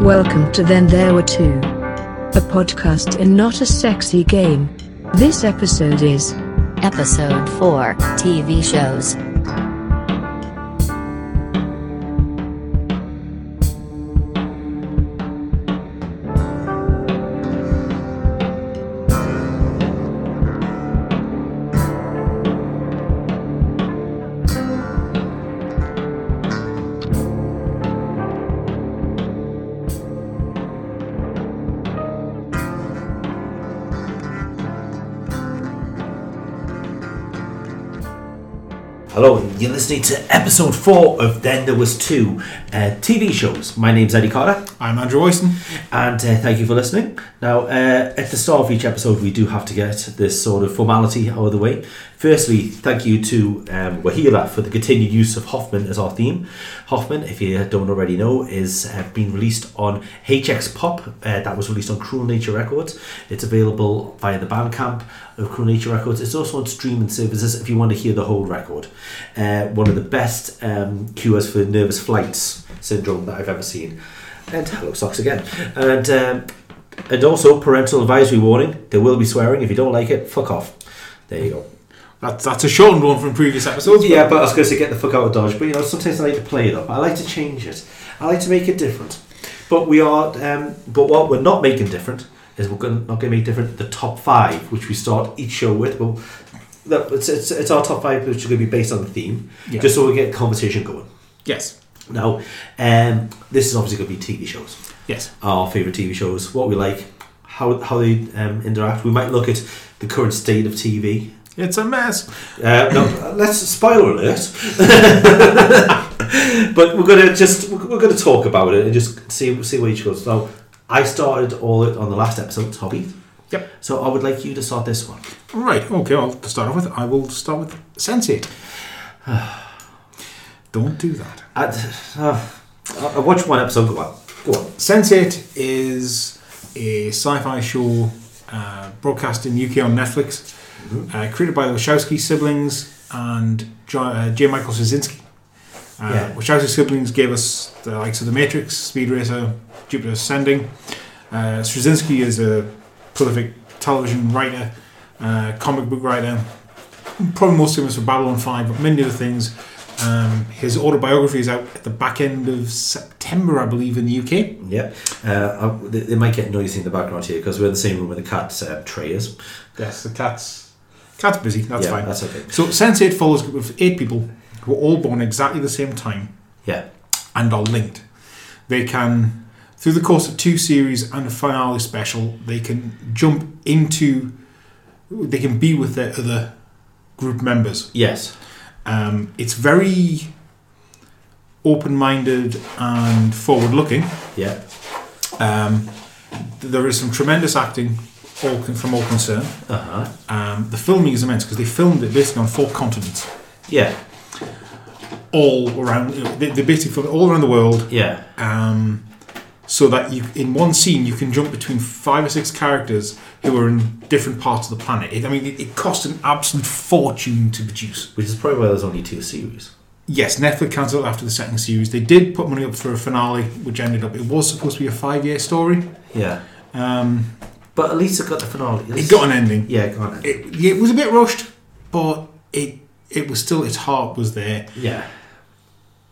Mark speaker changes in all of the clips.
Speaker 1: Welcome to Then There Were Two, a podcast and not a sexy game. This episode is
Speaker 2: Episode 4 TV Shows.
Speaker 3: Hello, and you're listening to episode four of Then There Was Two uh, TV shows. My name's Eddie Carter,
Speaker 4: I'm Andrew Oyston.
Speaker 3: and uh, thank you for listening. Now, uh, at the start of each episode, we do have to get this sort of formality out of the way. Firstly, thank you to um, Wahila for the continued use of Hoffman as our theme. Hoffman, if you don't already know, is uh, being released on HX Pop. Uh, that was released on Cruel Nature Records. It's available via the Bandcamp of Cruel Nature Records. It's also on streaming services if you want to hear the whole record. Uh, one of the best um, cures for nervous flights syndrome that I've ever seen. And hello, socks again. And um, and also parental advisory warning: there will be swearing. If you don't like it, fuck off. There you go.
Speaker 4: That's that's a shortened one from previous episodes.
Speaker 3: Yeah, but I was going to say get the fuck out of Dodge. But you know, sometimes I like to play it up. I like to change it. I like to make it different. But we are. Um, but what we're not making different is we're gonna, not going to make different the top five, which we start each show with. Well, that, it's, it's, it's our top five, which are going to be based on the theme,
Speaker 4: Yeah.
Speaker 3: just so we get conversation going.
Speaker 4: Yes.
Speaker 3: Now, um, this is obviously going to be TV shows.
Speaker 4: Yes.
Speaker 3: Our favourite TV shows, what we like, how how they um, interact. We might look at the current state of TV.
Speaker 4: It's a mess.
Speaker 3: Uh, no, let's spoiler alert. but we're gonna just we're we're gonna talk about it and just see see where each goes. Now, I started all it on the last episode, Hobby.
Speaker 4: Yep.
Speaker 3: So I would like you to start this one.
Speaker 4: Right. Okay. I'll to start off with. I will start with Sensei. Don't do that.
Speaker 3: I, uh, I I watched one episode. Go on. Go on.
Speaker 4: Sensei is a sci-fi show uh, broadcast in UK on Netflix, uh, created by the Wachowski siblings and jo- uh, J. Michael Straczynski. Uh,
Speaker 3: Yeah.
Speaker 4: Wachowski siblings gave us the likes of The Matrix, Speed Racer, Jupiter Ascending. Uh, Straczynski is a prolific television writer, uh, comic book writer, probably most famous for Babylon 5, but many other things. Um, his autobiography is out at the back end of September, I believe, in the UK.
Speaker 3: Yeah, uh, I- they, they might get noisy in the background here because we're in the same room where the cat's uh, tray is.
Speaker 4: Yes, the cat's cat's busy. That's
Speaker 3: yeah,
Speaker 4: fine.
Speaker 3: That's okay.
Speaker 4: so Sense8 follows a group of eight people who are all born exactly the same time
Speaker 3: Yeah,
Speaker 4: and are linked. They can, through the course of two series and a finale special, they can jump into, they can be with their other group members.
Speaker 3: yes,
Speaker 4: Um, it's very open-minded and forward-looking.
Speaker 3: yeah,
Speaker 4: Um, there is some tremendous acting all con- from all concerned.
Speaker 3: uh huh,
Speaker 4: Um, the filming is immense because they filmed it basically on four continents,
Speaker 3: yeah,
Speaker 4: all around. you know, They, they basically filmed it all around the world,
Speaker 3: yeah,
Speaker 4: um, so that you in one scene you can jump between five or six characters who are in different parts of the planet. It, I mean, it, it cost an absolute fortune to produce.
Speaker 3: which is probably why there's only two series.
Speaker 4: Yes, Netflix cancelled after the second series. They did put money up for a finale, which ended up it was supposed to be a five-year story.
Speaker 3: Yeah,
Speaker 4: Um,
Speaker 3: but at least it got the finale. At
Speaker 4: it
Speaker 3: least-
Speaker 4: got an ending.
Speaker 3: yeah, it got an
Speaker 4: It, it was a bit rushed, but it it was still its heart was there.
Speaker 3: yeah,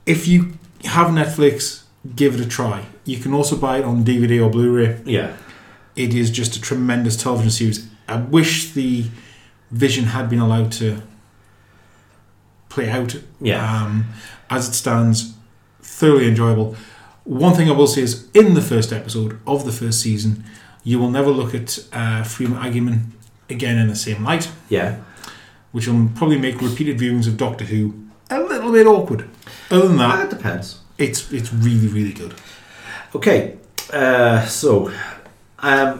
Speaker 4: if you have Netflix, give it a try. You can also buy it on DVD or Blu-ray.
Speaker 3: yeah,
Speaker 4: It is just a tremendous television series. I wish the Vision had been allowed to play out.
Speaker 3: yeah,
Speaker 4: Um, as it stands, thoroughly enjoyable. One thing I will say is, in the first episode of the first season, you will never look at uh, Freeman Agyeman again in the same light,
Speaker 3: yeah.
Speaker 4: which will probably make repeated viewings of Doctor Who a little bit awkward. Other than that,
Speaker 3: That depends.
Speaker 4: it's it's really really good.
Speaker 3: Okay, uh, so um,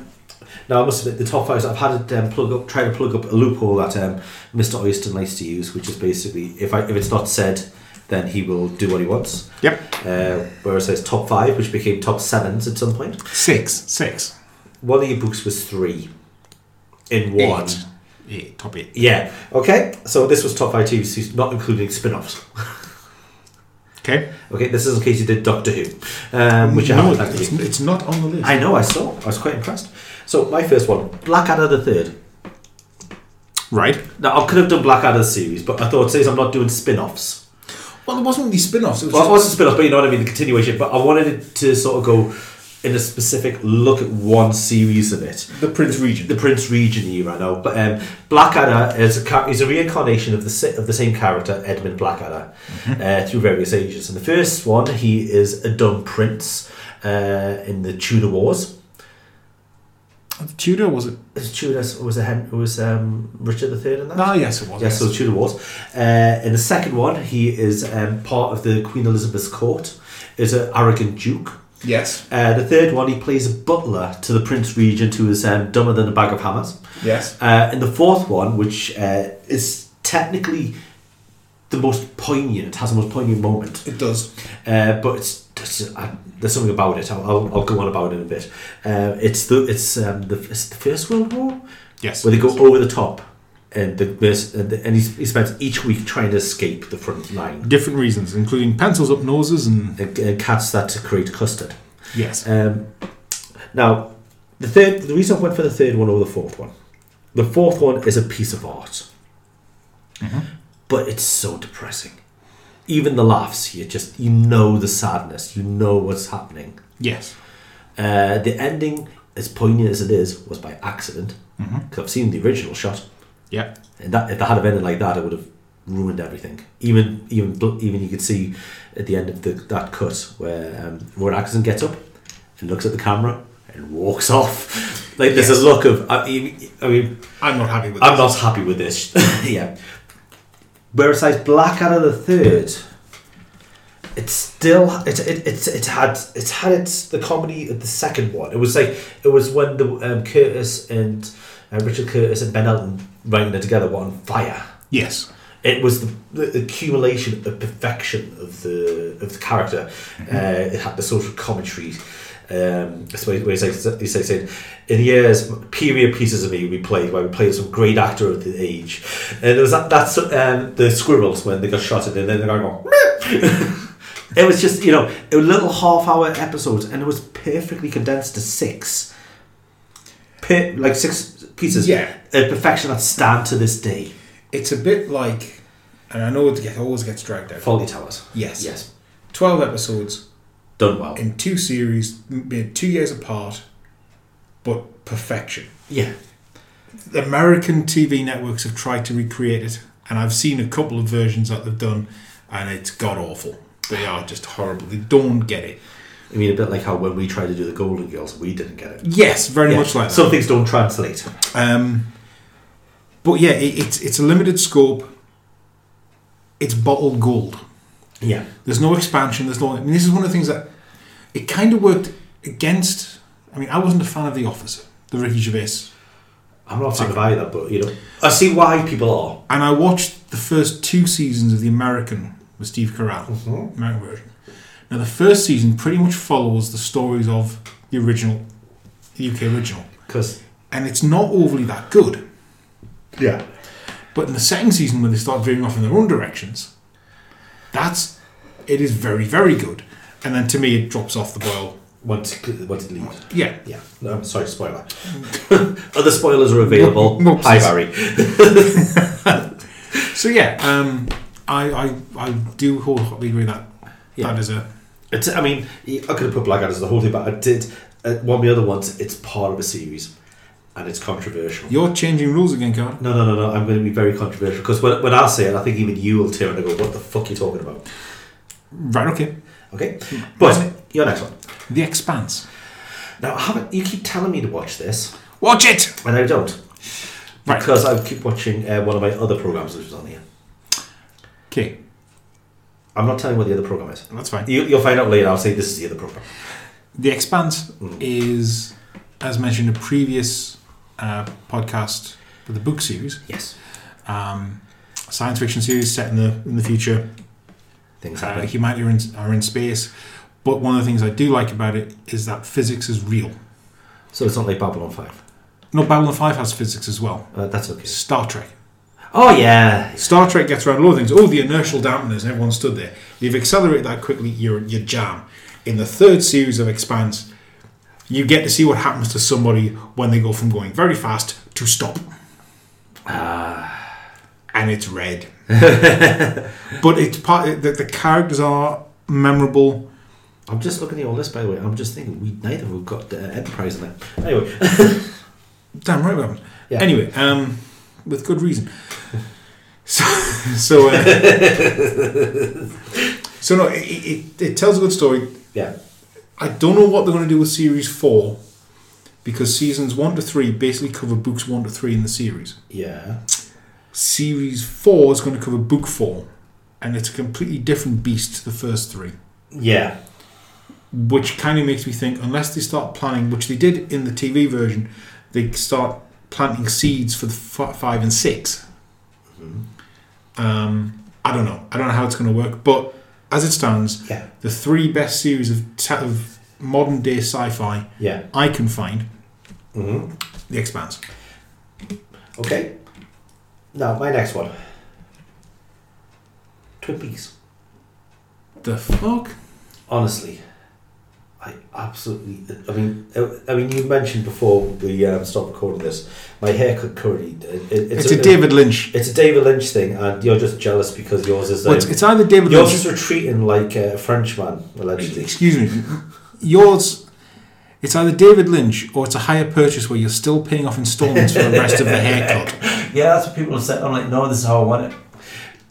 Speaker 3: now I must admit the top fives I've had to um, plug up, try to plug up a loophole that um, Mr. Oyston likes to use, which is basically if I, if it's not said, then he will do what he wants.
Speaker 4: Yep.
Speaker 3: Uh, where it says top five, which became top sevens at some point.
Speaker 4: Six, six,
Speaker 3: One of your books was three in one.
Speaker 4: eight, eight, top eight.
Speaker 3: Yeah. Okay. So this was top five TV series, not including spin-offs.
Speaker 4: Okay.
Speaker 3: Okay, this is in case you did Doctor Who, um, which I
Speaker 4: no,
Speaker 3: haven't had to
Speaker 4: it's,
Speaker 3: do.
Speaker 4: it's not on the list.
Speaker 3: I know, I saw. I was quite impressed. So my first one, Blackadder the Third.
Speaker 4: right.
Speaker 3: Now I could have done Blackadder series, but I thought since I'm not doing spin-offs.
Speaker 4: Well, there wasn't really spin-offs. It was
Speaker 3: Well, it
Speaker 4: just-
Speaker 3: was a spin-off, but you know what I mean, the continuation. But I wanted it to sort of go in a specific look at one series of it.
Speaker 4: the Prince Regent.
Speaker 3: The Prince Regent era now, but um, Blackadder is a ca- is a reincarnation of the sa- of the same character Edmund Blackadder uh, through various ages. And the first one, he is a dumb prince uh, in the Tudor Wars.
Speaker 4: Tudor was it?
Speaker 3: Is Tudor was a hen- was um, Richard III in that?
Speaker 4: Ah, yes, it was.
Speaker 3: Yes, so the Tudor Wars. Uh, in the second one, he is um, part of the Queen Elizabeth's court, is an arrogant duke.
Speaker 4: yes,
Speaker 3: Uh, the third one, he plays a butler to the Prince Regent, who is um, dumber than a bag of hammers.
Speaker 4: yes.
Speaker 3: Uh, and the fourth one, which uh, is technically the most poignant, has the most poignant moment,
Speaker 4: It does.
Speaker 3: uh, but it's, it's uh, there's something about it. I'll, I'll, I'll go on about it in a bit. Uh, it's the it's um, the it's the First World War
Speaker 4: Yes.
Speaker 3: where they go over the top, and the this- and, the, and he, he spends each week trying to escape the front line
Speaker 4: Different reasons, including pencils up noses and Uh,
Speaker 3: and, and cats that to create custard.
Speaker 4: yes,
Speaker 3: Um, now, the third the reason I went for the third one over the fourth one, the fourth one is a piece of art, but it's so depressing. Even the laughs, you just you know the sadness, you know what's happening.
Speaker 4: yes.
Speaker 3: Uh, the ending, as poignant as it is, was by accident because I've seen the original shot,
Speaker 4: Yeah.
Speaker 3: and that if that had have ended like that, it would have ruined everything. Even even bl- even you could see at the end of the, that cut where um, Rowan Atkinson gets up and looks at the camera and walks off. Like there's
Speaker 4: Yes.
Speaker 3: a look of I mean, I mean
Speaker 4: I'm not happy with
Speaker 3: I'm
Speaker 4: this.
Speaker 3: not happy with this. yeah. Whereas like Blackadder the Third, it's still it it it's it had it's had its the comedy of the second one. It was like it was when the um, Curtis and uh, Richard Curtis and Ben Elton writing it together were on fire.
Speaker 4: Yes.
Speaker 3: It was the, the accumulation of perfection of the of the character. Uh, it had the social commentary. Um, that's where where he's like, he's like saying, in years, period pieces of me we played, where we played some great actor of the age. And it was that, that's um, the squirrels when they got shot and then they're going, "Meow." it was just, you know, it was little half hour episodes and it was perfectly condensed to six. Per, like six pieces.
Speaker 4: Yeah.
Speaker 3: At perfection that stand to this day.
Speaker 4: It's a bit like, and I know it get, always gets dragged out.
Speaker 3: Faulty Towers.
Speaker 4: Yes.
Speaker 3: Yes.
Speaker 4: Twelve episodes
Speaker 3: Done well.
Speaker 4: in two series, m- made two years apart, but perfection.
Speaker 3: Yeah.
Speaker 4: The American TV networks have tried to recreate it, and I've seen a couple of versions that they've done, and it's god awful. They are just horrible. They don't get it.
Speaker 3: I mean, a bit like how when we tried to do the Golden Girls, we didn't get it.
Speaker 4: Yes, very
Speaker 3: Yeah.
Speaker 4: much like that.
Speaker 3: Some things don't translate.
Speaker 4: Um, but yeah, it, it's it's a limited scope. It's bottled gold.
Speaker 3: Yeah.
Speaker 4: There's no expansion. There's no. I mean, this is one of the things that it kind of worked against. I mean, I wasn't a fan of The Office, the Ricky Gervais,
Speaker 3: I'm not a fan of either, but you know, I see why people are.
Speaker 4: and I watched the first two seasons of The American with Steve Carell,
Speaker 3: Mm-hmm.
Speaker 4: American version. Now, the first season pretty much follows the stories of the original, the UK original,
Speaker 3: Because,
Speaker 4: and it's not overly that good.
Speaker 3: yeah.
Speaker 4: But in the second season, when they start veering off in their own directions, that's it is very very good. And then to me, it drops off the boil.
Speaker 3: Once, once it leaves.
Speaker 4: Yeah,
Speaker 3: Yeah. No, I'm sorry, spoiler. Other spoilers are available.
Speaker 4: Whoops.
Speaker 3: Hi, Barry.
Speaker 4: So yeah, um, I, I I do wholeheartedly agree that
Speaker 3: Yeah.
Speaker 4: that is a
Speaker 3: It's, I mean, I could have put Black Adder as the whole thing, but I did. Uh, one of the other ones, it's part of a series and it's controversial.
Speaker 4: you're changing rules again, Card.
Speaker 3: No, no, no, no. I'm going to be very controversial because when, when I say it, I think even you will tear and go, "What the fuck are you talking about?"
Speaker 4: Right, okay.
Speaker 3: Okay, but your next one.
Speaker 4: The Expanse.
Speaker 3: Now, I haven't you keep telling me to watch this,
Speaker 4: Watch it.
Speaker 3: and I don't
Speaker 4: Right.
Speaker 3: because I keep watching uh, one of my other programs which is on here.
Speaker 4: Okay,
Speaker 3: I'm not telling you what the other program is.
Speaker 4: that's fine.
Speaker 3: You, you'll find out later. I'll say this is the other program.
Speaker 4: The Expanse is, as mentioned in a previous uh, podcast with the book series,
Speaker 3: Yes,
Speaker 4: um, a science fiction series set in the in the future.
Speaker 3: things
Speaker 4: uh,
Speaker 3: happen.
Speaker 4: humanity are in, are in space. But one of the things I do like about it is that physics is real.
Speaker 3: so it's not like Babylon Five.
Speaker 4: No, Babylon 5 has physics as well.
Speaker 3: Uh, that's okay.
Speaker 4: Star Trek.
Speaker 3: Oh yeah,
Speaker 4: Star Trek gets around a lot of things. Oh, the inertial dampeners, and everyone stood there. You've accelerated that quickly, you're, you're jam. In the third series of Expanse, you get to see what happens to somebody when they go from going very fast to stop. And it's red. but it's part the, the characters are memorable.
Speaker 3: I'm just looking at your list by the way. I'm just thinking we neither of us got uh, Enterprise in there. Anyway,
Speaker 4: Damn right we haven't.
Speaker 3: Yeah.
Speaker 4: Anyway, um, with good reason. So, so, uh, so no, it, it, it tells a good story.
Speaker 3: yeah,
Speaker 4: I don't know what they're going to do with series four because seasons one to three basically cover books one to three in the series.
Speaker 3: yeah.
Speaker 4: Series four is going to cover book four, and it's a completely different beast to the first three,
Speaker 3: Yeah.
Speaker 4: which kind of makes me think unless they start planning, which they did in the TV version, they start planting seeds for the f- five and 6 Um, I don't know. I don't know how it's going to work, but as it stands,
Speaker 3: Yeah.
Speaker 4: the three best series of, te- of modern day sci-fi
Speaker 3: Yeah.
Speaker 4: I can find
Speaker 3: hmm
Speaker 4: The Expanse.
Speaker 3: Okay. Now my next one. Twin Peaks.
Speaker 4: The fuck?
Speaker 3: Honestly, I absolutely. I mean, uh, I- I mean, you mentioned before we um, stopped recording this. My haircut currently. It, it-
Speaker 4: It's, a, David Lynch.
Speaker 3: It's a David Lynch thing, and you're just jealous because yours is.
Speaker 4: Well, it's,
Speaker 3: um,
Speaker 4: it's either David
Speaker 3: yours
Speaker 4: Lynch.
Speaker 3: is retreating like a Frenchman, allegedly.
Speaker 4: Excuse me. Yours. It's either David Lynch or it's a higher purchase where you're still paying off installments for the rest of the haircut.
Speaker 5: Yeah, that's what people have said. I'm like, no, this is how I want it.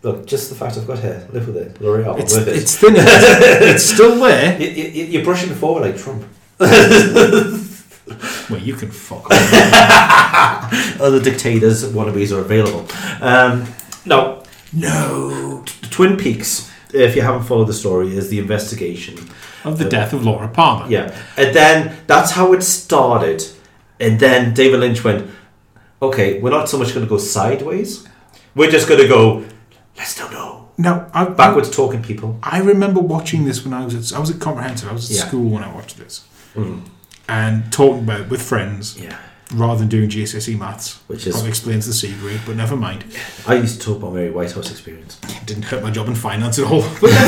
Speaker 3: Look, just the fact I've got hair. Live with it. L'Oreal.
Speaker 4: It's,
Speaker 3: live with Oh, it.
Speaker 4: it's thinning. It's still there.
Speaker 3: You, you, you're brushing forward like Trump.
Speaker 4: Well, you can fuck off.
Speaker 3: other dictators wannabes are available. Um, no, no. Twin Peaks, if you haven't followed the story, is the investigation.
Speaker 4: Of the death of Laura Palmer.
Speaker 3: Yeah, and then that's how it started, and then David Lynch went, "Okay, we're not so much going to go sideways. We're just going to go. Let's don't know."
Speaker 4: Now, I, I,
Speaker 3: Backwards talking people.
Speaker 4: I remember watching this when I was at I was at comprehensive. I was at
Speaker 3: Yeah. Mm-hmm.
Speaker 4: school when I watched this, and talking about it with friends
Speaker 3: Yeah.
Speaker 4: rather than doing GCSE E maths,
Speaker 3: Which is-
Speaker 4: probably explains the C grade. But never mind.
Speaker 3: I used to talk about Mary Whitehouse's experience.
Speaker 4: didn't hurt my job in finance at all. But that's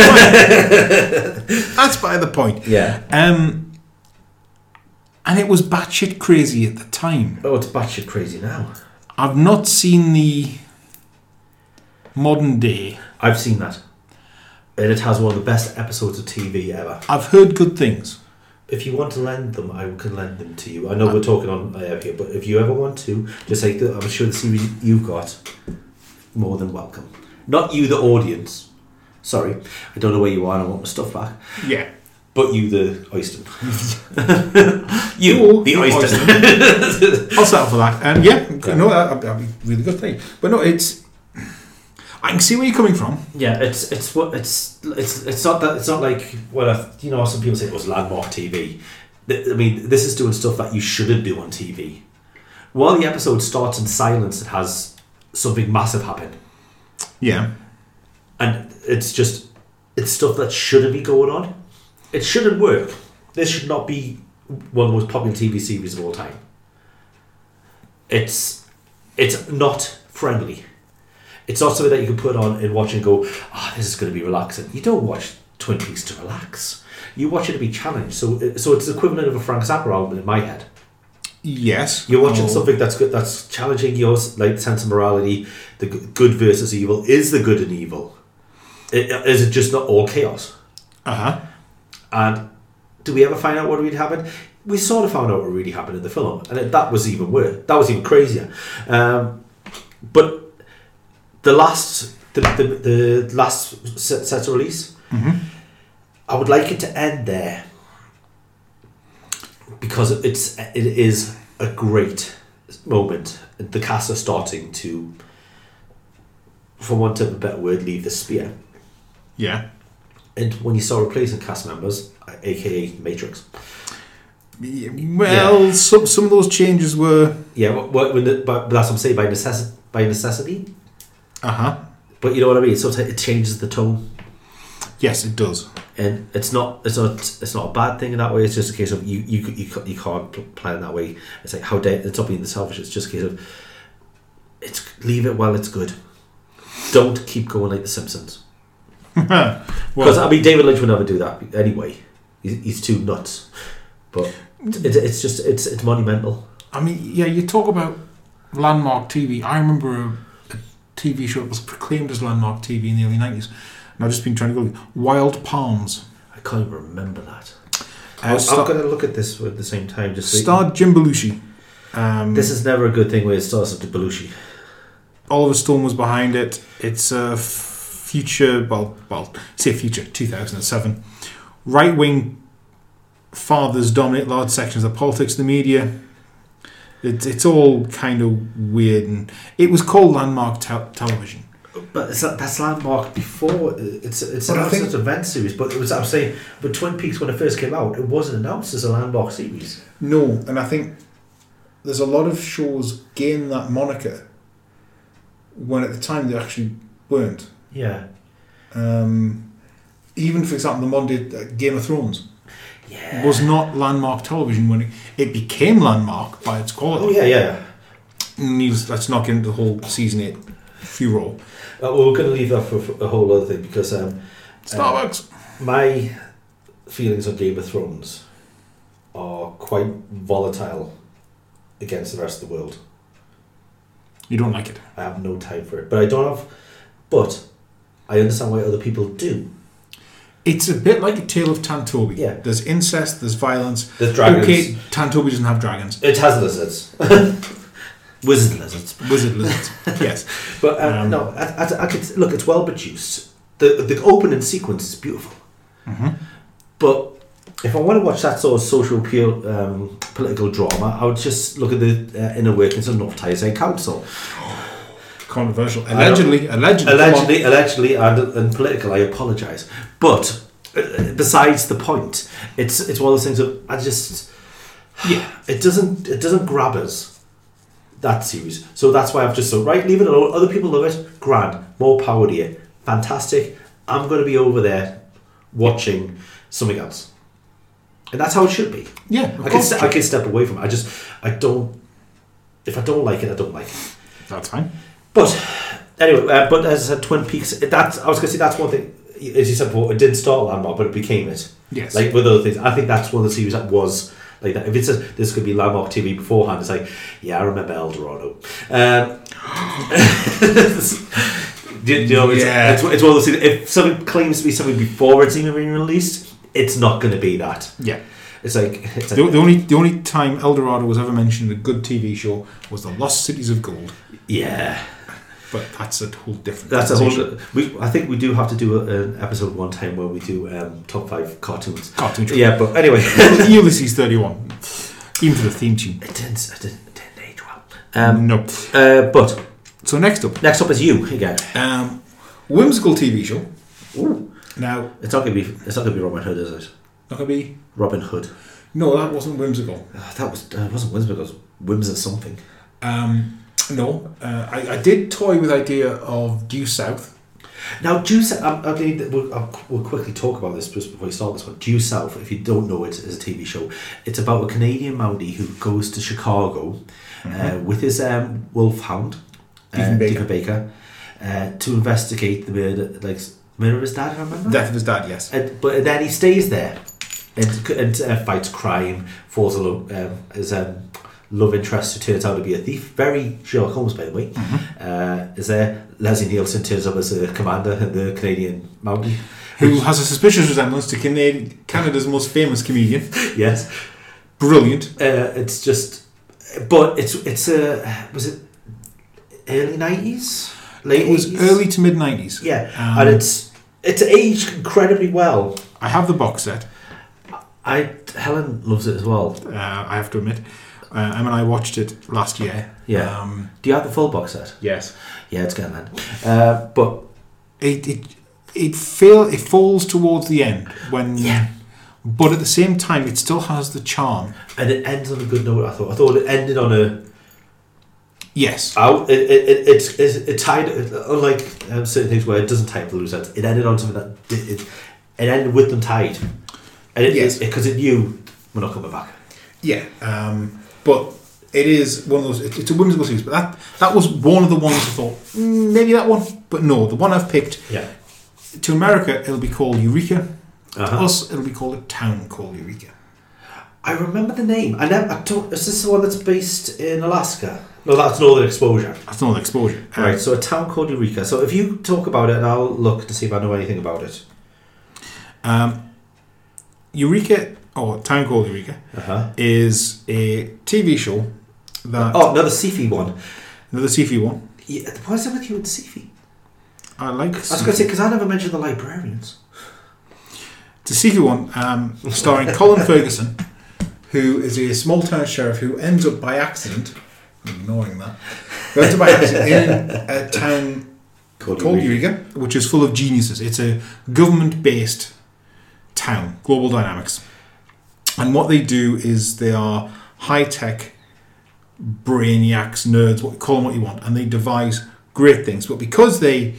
Speaker 4: fine. that's by the point.
Speaker 3: Yeah.
Speaker 4: Um, and it was batshit crazy at the time.
Speaker 3: Oh, it's batshit crazy now.
Speaker 4: I've not seen the modern day.
Speaker 3: I've seen that. And it has one of the best episodes of TV ever.
Speaker 4: I've heard good things.
Speaker 3: If you want to lend them, I can lend them to you. I know we're talking on air here, but if you ever want to, just like the, I'm sure the series you've got, more than welcome. Not you, the audience. Sorry, I don't know where you are and I want my stuff back.
Speaker 4: Yeah.
Speaker 3: But you, the oyster. you,
Speaker 4: Ooh,
Speaker 3: the
Speaker 4: the
Speaker 3: oyster.
Speaker 4: I'll settle for that. Um, yeah, no, that, that'd be really good thing. But no, it's. I can see where you're coming from.
Speaker 3: yeah, it's it's what it's it's it's not that it's not like well I, you know some people say it was landmark TV. Th- I mean, this is doing stuff that you shouldn't do on TV. While the episode starts in silence, it has something massive happen.
Speaker 4: Yeah.
Speaker 3: and it's just it's stuff that shouldn't be going on. It shouldn't work. This should not be one of the most popular TV series of all time. It's it's not friendly. It's not something that you can put on and watch and go, ah, this is going to be relaxing. You don't watch Twin Peaks to relax. You watch it to be challenged. So so it's the equivalent of a Frank Zappa album in my head.
Speaker 4: Yes.
Speaker 3: You're watching
Speaker 4: Oh,
Speaker 3: something that's good, that's challenging your like sense of morality. The g- good versus evil is the good and evil. I- i- Is it just not all chaos?
Speaker 4: Uh-huh.
Speaker 3: And do we ever find out what really happened? We sort of found out what really happened in the film, and it, that was even worse. That was even crazier. Um, but the last, the, the, the last set, set to release, I would like it to end there because it's it is a great moment. The cast are starting to, for want of a better word, leave the spear.
Speaker 4: Yeah.
Speaker 3: And when you start replacing cast members, aka Matrix,
Speaker 4: Well, some some of those changes were.
Speaker 3: yeah, wh- wh- when the, but but that's what I'm saying by necessity. By necessity,
Speaker 4: Uh huh.
Speaker 3: but you know what I mean. So it changes the tone,
Speaker 4: Yes, it does.
Speaker 3: and it's not it's not it's not a bad thing in that way. It's just a case of you you c- you, c- you can't pl- plan that way. It's like how dare it's not being selfish. It's just a case of It's leave it while it's good. Don't keep going like The Simpsons. Because
Speaker 4: well,
Speaker 3: I mean, David Lynch would never do that anyway. He's, he's too nuts. But it's, it's just it's it's monumental.
Speaker 4: I mean, yeah, you talk about landmark TV. I remember a, a TV show that was proclaimed as landmark TV in the early 90s, and I've just been trying to go Wild Palms.
Speaker 3: I can't even remember that.
Speaker 4: Uh,
Speaker 3: I'm
Speaker 4: star,
Speaker 3: going to look at this at the same time. Just so you-
Speaker 4: starred Jim Belushi. Um,
Speaker 3: This is never a good thing where it starts with the Belushi.
Speaker 4: Oliver Stone was behind it. It's a f- future, well, well, say future, 2007. Right wing fathers dominate large sections of politics, the media. It's, it's all kind of weird. And it was called Landmark Tel Television.
Speaker 3: But it's not, that's landmark before uh, it's it's
Speaker 4: But I
Speaker 3: announced
Speaker 4: think-
Speaker 3: as an event series. But it was I'm saying, but Twin Peaks when it first came out, it wasn't announced as a landmark series.
Speaker 4: No, and I think there's a lot of shows gain that moniker when at the time they actually weren't.
Speaker 3: Yeah,
Speaker 4: Um, even, for example, the modern uh, Game of Thrones.
Speaker 3: yeah.
Speaker 4: was not landmark television when it, it became landmark by its quality.
Speaker 3: Oh yeah, yeah.
Speaker 4: News, let's not get into the whole season eight furore.
Speaker 3: Uh, well, we're going to leave that for, for a whole other thing because um,
Speaker 4: Starbucks.
Speaker 3: my feelings on Game of Thrones are quite volatile against the rest of the world.
Speaker 4: you don't like it.
Speaker 3: I have no time for it, but I don't have. But I understand why other people do.
Speaker 4: It's a bit like a tale of Tantobi.
Speaker 3: Yeah.
Speaker 4: There's incest. There's violence.
Speaker 3: There's dragons.
Speaker 4: Okay, Tantobi doesn't have dragons.
Speaker 3: It has lizards, wizard lizards.
Speaker 4: Wizard lizards. yes.
Speaker 3: But uh,
Speaker 4: Um,
Speaker 3: no, I, I, I could look. It's well produced. The the opening sequence is beautiful. But if I want to watch that sort of social pure, um, political drama, I would just look at the uh, inner workings of North Tyneside Council.
Speaker 4: Controversial. Allegedly. Allegedly.
Speaker 3: Allegedly, allegedly, and, and political. I apologise, but uh, besides the point, it's it's one of those things that I just
Speaker 4: Yeah.
Speaker 3: it doesn't it doesn't grab us that series so that's why i've just so right leave it alone other people love it grand more power to you fantastic i'm going to be over there watching something else and that's how it should be
Speaker 4: Yeah. of
Speaker 3: i can,
Speaker 4: course.
Speaker 3: ste- I can step away from it i just i don't if i don't like it i don't like it
Speaker 4: That's fine.
Speaker 3: but anyway uh, but as i said twin peaks that's i was going to say that's one thing as you said before it did start landmark but it became it
Speaker 4: Yes.
Speaker 3: like with other things, I think that's one of the series that was like that. If it says this could be landmark TV beforehand, it's like, yeah, I remember El Dorado. Um, do, you know, it's,
Speaker 4: Yeah.
Speaker 3: it's, it's one of those things. If something claims to be something before it's even been released, it's not going to be that.
Speaker 4: Yeah.
Speaker 3: It's like, it's
Speaker 4: The,
Speaker 3: like
Speaker 4: the only the only time El Dorado was ever mentioned in a good TV show was the Lost Cities of Gold,
Speaker 3: yeah,
Speaker 4: but that's a whole different.
Speaker 3: that's a
Speaker 4: conversation.
Speaker 3: whole. We, I think we do have to do a, an episode one time where we do um, top five cartoons.
Speaker 4: cartoon. show.
Speaker 3: Yeah, but anyway,
Speaker 4: Ulysses 31. Even for the theme tune.
Speaker 3: it didn't, it didn't, it didn't age well. Um,
Speaker 4: no.
Speaker 3: uh, but
Speaker 4: So next up,
Speaker 3: next up is you again.
Speaker 4: um, whimsical TV show. Now,
Speaker 3: It's not gonna be. It's not gonna be Robin Hood, is it?
Speaker 4: not gonna be.
Speaker 3: Robin Hood.
Speaker 4: No, that wasn't whimsical.
Speaker 3: Ah, that was. Uh, it wasn't Whimsy. It was Whimsy something.
Speaker 4: Um, no, uh, I, I did toy with the idea of Due South.
Speaker 3: Now, due south. I, I mean, um, we'll, I'll, we'll quickly talk about this just before we start this one. Due south. If you don't know it, is a TV show. It's about a Canadian Mountie who goes to Chicago uh, with his um, wolfhound,
Speaker 4: Stephen Baker.
Speaker 3: Stephen Baker, uh, to investigate the murder, like murder of his dad. I remember.
Speaker 4: Death of his dad, yes.
Speaker 3: And, but then he stays there and, and uh, fights crime, falls in love, um, his um, love interest who turns out to be a thief, very Sherlock Holmes by the way,
Speaker 4: Mm-hmm.
Speaker 3: uh, is there. Leslie Nielsen turns up as a commander in the Canadian Mountie.
Speaker 4: Who has a suspicious resemblance to Cana- Canada's most famous comedian.
Speaker 3: Yes.
Speaker 4: Brilliant.
Speaker 3: Uh, it's just, but it's, it's a, was it early 90s? Late
Speaker 4: It was
Speaker 3: 80s?
Speaker 4: early to mid 90s.
Speaker 3: Yeah.
Speaker 4: Um,
Speaker 3: and it's, it's aged incredibly well.
Speaker 4: I have the box set.
Speaker 3: I, Helen loves it as well.
Speaker 4: Uh, I have to admit, uh, Em and I watched it last year.
Speaker 3: Yeah.
Speaker 4: Um,
Speaker 3: Do you have the full box set?
Speaker 4: yes.
Speaker 3: Yeah, it's getting then. Uh, but
Speaker 4: it it it feel it falls towards the end when
Speaker 3: Yeah.
Speaker 4: but at the same time it still has the charm
Speaker 3: and it ends on a good note. I thought. I thouut it ended on a
Speaker 4: yes
Speaker 3: out. It it it it's it, it tied. Unlike um, certain things where it doesn't tie up the loose ends, it ended on something that did, it it ended with them tied. And it
Speaker 4: Yes.
Speaker 3: because it, knew we're not coming back.
Speaker 4: yeah um but it is one of those. It, it's a whimsical series, but that that was one of the ones I thought "Mm, maybe that one, but no, the one I've picked.
Speaker 3: Yeah.
Speaker 4: To America, it'll be called Eureka. To
Speaker 3: Uh-huh.
Speaker 4: us, it'll be called a town called Eureka.
Speaker 3: I remember the name. I never. I don't, is this the one that's based in Alaska? No, that's Northern Exposure.
Speaker 4: That's another exposure. Uh,
Speaker 3: Right. So a town called Eureka. So if you talk about it, and I'll look to see if I know anything about it.
Speaker 4: Um, Eureka, or town called Eureka,
Speaker 3: Uh huh.
Speaker 4: is a TV show that
Speaker 3: Oh, another Sifi one.
Speaker 4: another CV one.
Speaker 3: Yeah, what's it with you and Sifi?
Speaker 4: I like.
Speaker 3: I was going to say because I never mentioned the librarians.
Speaker 4: to see you one, um, starring Colin Ferguson, who is a small town sheriff who ends up by accident, ignoring that, who ends up by accident in a town called Eureka, which is full of geniuses. It's a government based town, Global Dynamics. And what they do is they are high tech brainiacs, nerds, what call them what you want, and they devise great things. But because they